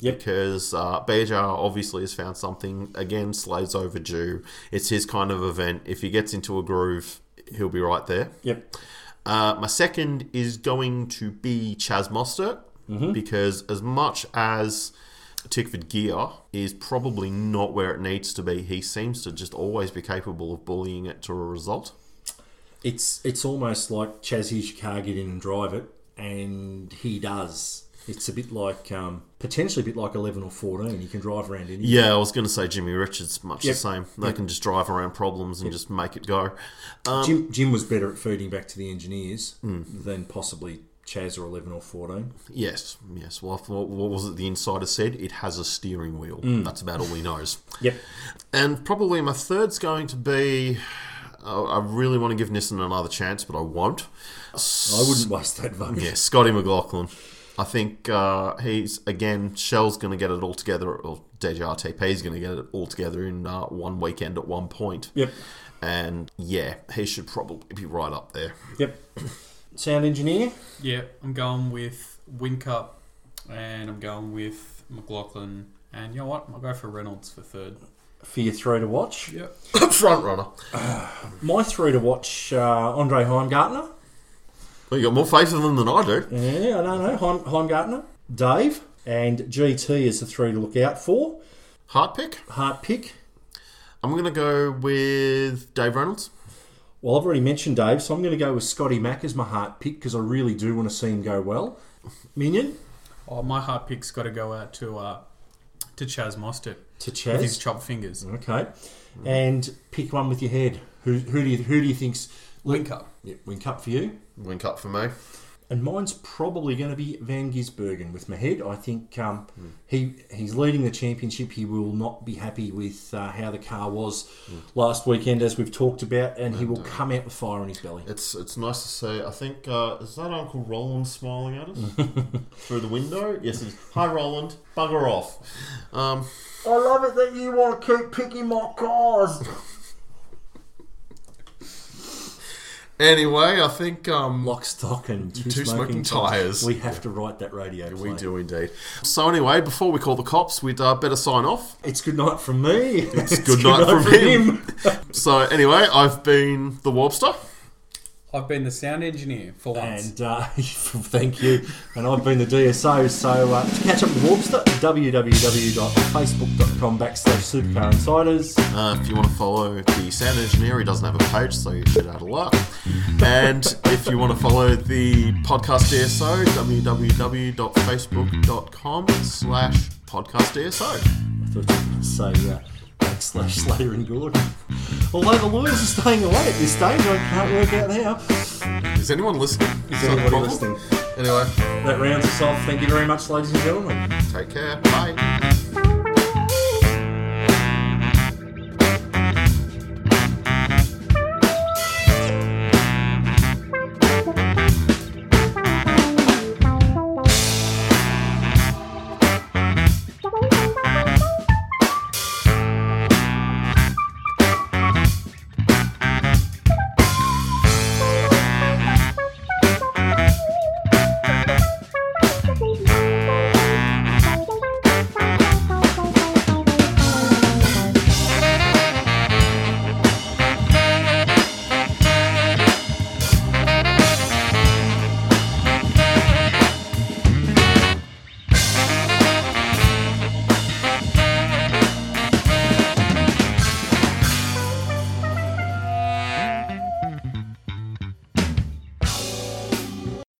[SPEAKER 1] Yep.
[SPEAKER 3] Because uh, Bejar obviously has found something. Again, Slade's overdue. It's his kind of event. If he gets into a groove, he'll be right there.
[SPEAKER 1] Yep.
[SPEAKER 3] Uh, my second is going to be Chaz Mostert
[SPEAKER 1] Mm-hmm.
[SPEAKER 3] because as much as Tickford Gear is probably not where it needs to be, he seems to just always be capable of bullying it to a result.
[SPEAKER 1] It's it's almost like Chaz hears your car, get in and drive it, and he does. It's a bit like um, potentially a bit like eleven or fourteen. You can drive around any.
[SPEAKER 3] Yeah, I was going to say Jimmy Richards, much
[SPEAKER 1] Yep.
[SPEAKER 3] the same. They can just drive around problems and just make it go.
[SPEAKER 1] Jim Jim was better at feeding back to the engineers
[SPEAKER 3] Hmm.
[SPEAKER 1] than possibly Chaz or eleven or fourteen.
[SPEAKER 3] Yes, yes. Well, what, what was it the insider said? It has a steering wheel. That's about all he knows.
[SPEAKER 1] Mm. Yep.
[SPEAKER 3] And probably my third's going to be. oh, I really want to give Nissan another chance, but I won't.
[SPEAKER 1] I wouldn't waste that vote.
[SPEAKER 3] Yeah, Scotty McLaughlin. I think uh, he's again. Shell's going to get it all together, or DJRTP is going to get it all together in uh, one weekend at one point.
[SPEAKER 1] Yep.
[SPEAKER 3] And yeah, he should probably be right up there.
[SPEAKER 1] Yep. Sound engineer.
[SPEAKER 2] Yeah, I'm going with Wincup and I'm going with McLaughlin. And you know what? I'll go for Reynolds for third.
[SPEAKER 1] For your three to watch,
[SPEAKER 2] Yep.
[SPEAKER 3] Front runner.
[SPEAKER 1] my three to watch: uh, Andre Heimgartner.
[SPEAKER 3] Well, you got more faith in them than I do.
[SPEAKER 1] Yeah, I don't know. Heim, Heimgartner, Dave, and GT is the three to look out for.
[SPEAKER 3] Heart pick.
[SPEAKER 1] Heart pick.
[SPEAKER 3] I'm going to go with Dave Reynolds.
[SPEAKER 1] Well, I've already mentioned Dave, so I'm going to go with Scotty Mack as my heart pick because I really do want to see him go well. Minion
[SPEAKER 2] Oh, my heart pick's got to go out to uh, to Chaz Mostert
[SPEAKER 1] to
[SPEAKER 2] with his
[SPEAKER 1] Chaz.
[SPEAKER 2] chop fingers.
[SPEAKER 1] Okay, and pick one with your head. Who, who do you who do you think's
[SPEAKER 2] Wink up.
[SPEAKER 1] Yeah, Wink up for you.
[SPEAKER 3] Wink up for me.
[SPEAKER 1] And mine's probably going to be Van Gisbergen with my head. I think um,
[SPEAKER 3] Hmm.
[SPEAKER 1] he he's leading the championship. He will not be happy with uh, how the car was
[SPEAKER 3] Hmm.
[SPEAKER 1] last weekend, as we've talked about, and he will
[SPEAKER 3] uh,
[SPEAKER 1] come out with fire on his belly.
[SPEAKER 3] It's it's nice to see. I think uh, is that Uncle Roland smiling at us through the window? Yes, he's hi Roland. Bugger off. Um,
[SPEAKER 1] I love it that you want to keep picking my cars.
[SPEAKER 3] anyway, I think um,
[SPEAKER 1] Lock, stock, and two,
[SPEAKER 3] Two
[SPEAKER 1] smoking,
[SPEAKER 3] smoking
[SPEAKER 1] tyres.
[SPEAKER 3] tyres.
[SPEAKER 1] We have to write that radio.
[SPEAKER 3] we
[SPEAKER 1] play.
[SPEAKER 3] do indeed. So anyway, before we call the cops, we'd uh, better sign off.
[SPEAKER 1] It's good night from me. It's,
[SPEAKER 3] good night from him. So anyway, I've been the Warpster.
[SPEAKER 2] I've been the sound engineer for once.
[SPEAKER 1] And uh, thank you. And I've been the DSO. So uh, to catch up with Warpster, www.facebook.com backslash supercar insiders.
[SPEAKER 3] Uh, if you want to follow the sound engineer, he doesn't have a page, so you should add a lot. And if you want to follow the podcast DSO, www.facebook.com slash podcast DSO.
[SPEAKER 1] I thought you were going to say uh, backslash Slater and Gordon. Although the lawyers are staying away at this stage, I can't work out how.
[SPEAKER 3] Is anyone listening? Is that a
[SPEAKER 1] anybody
[SPEAKER 3] problem?
[SPEAKER 1] listening?
[SPEAKER 3] Anyway,
[SPEAKER 1] That rounds us off. Thank you very much, ladies and gentlemen.
[SPEAKER 3] take care. Bye.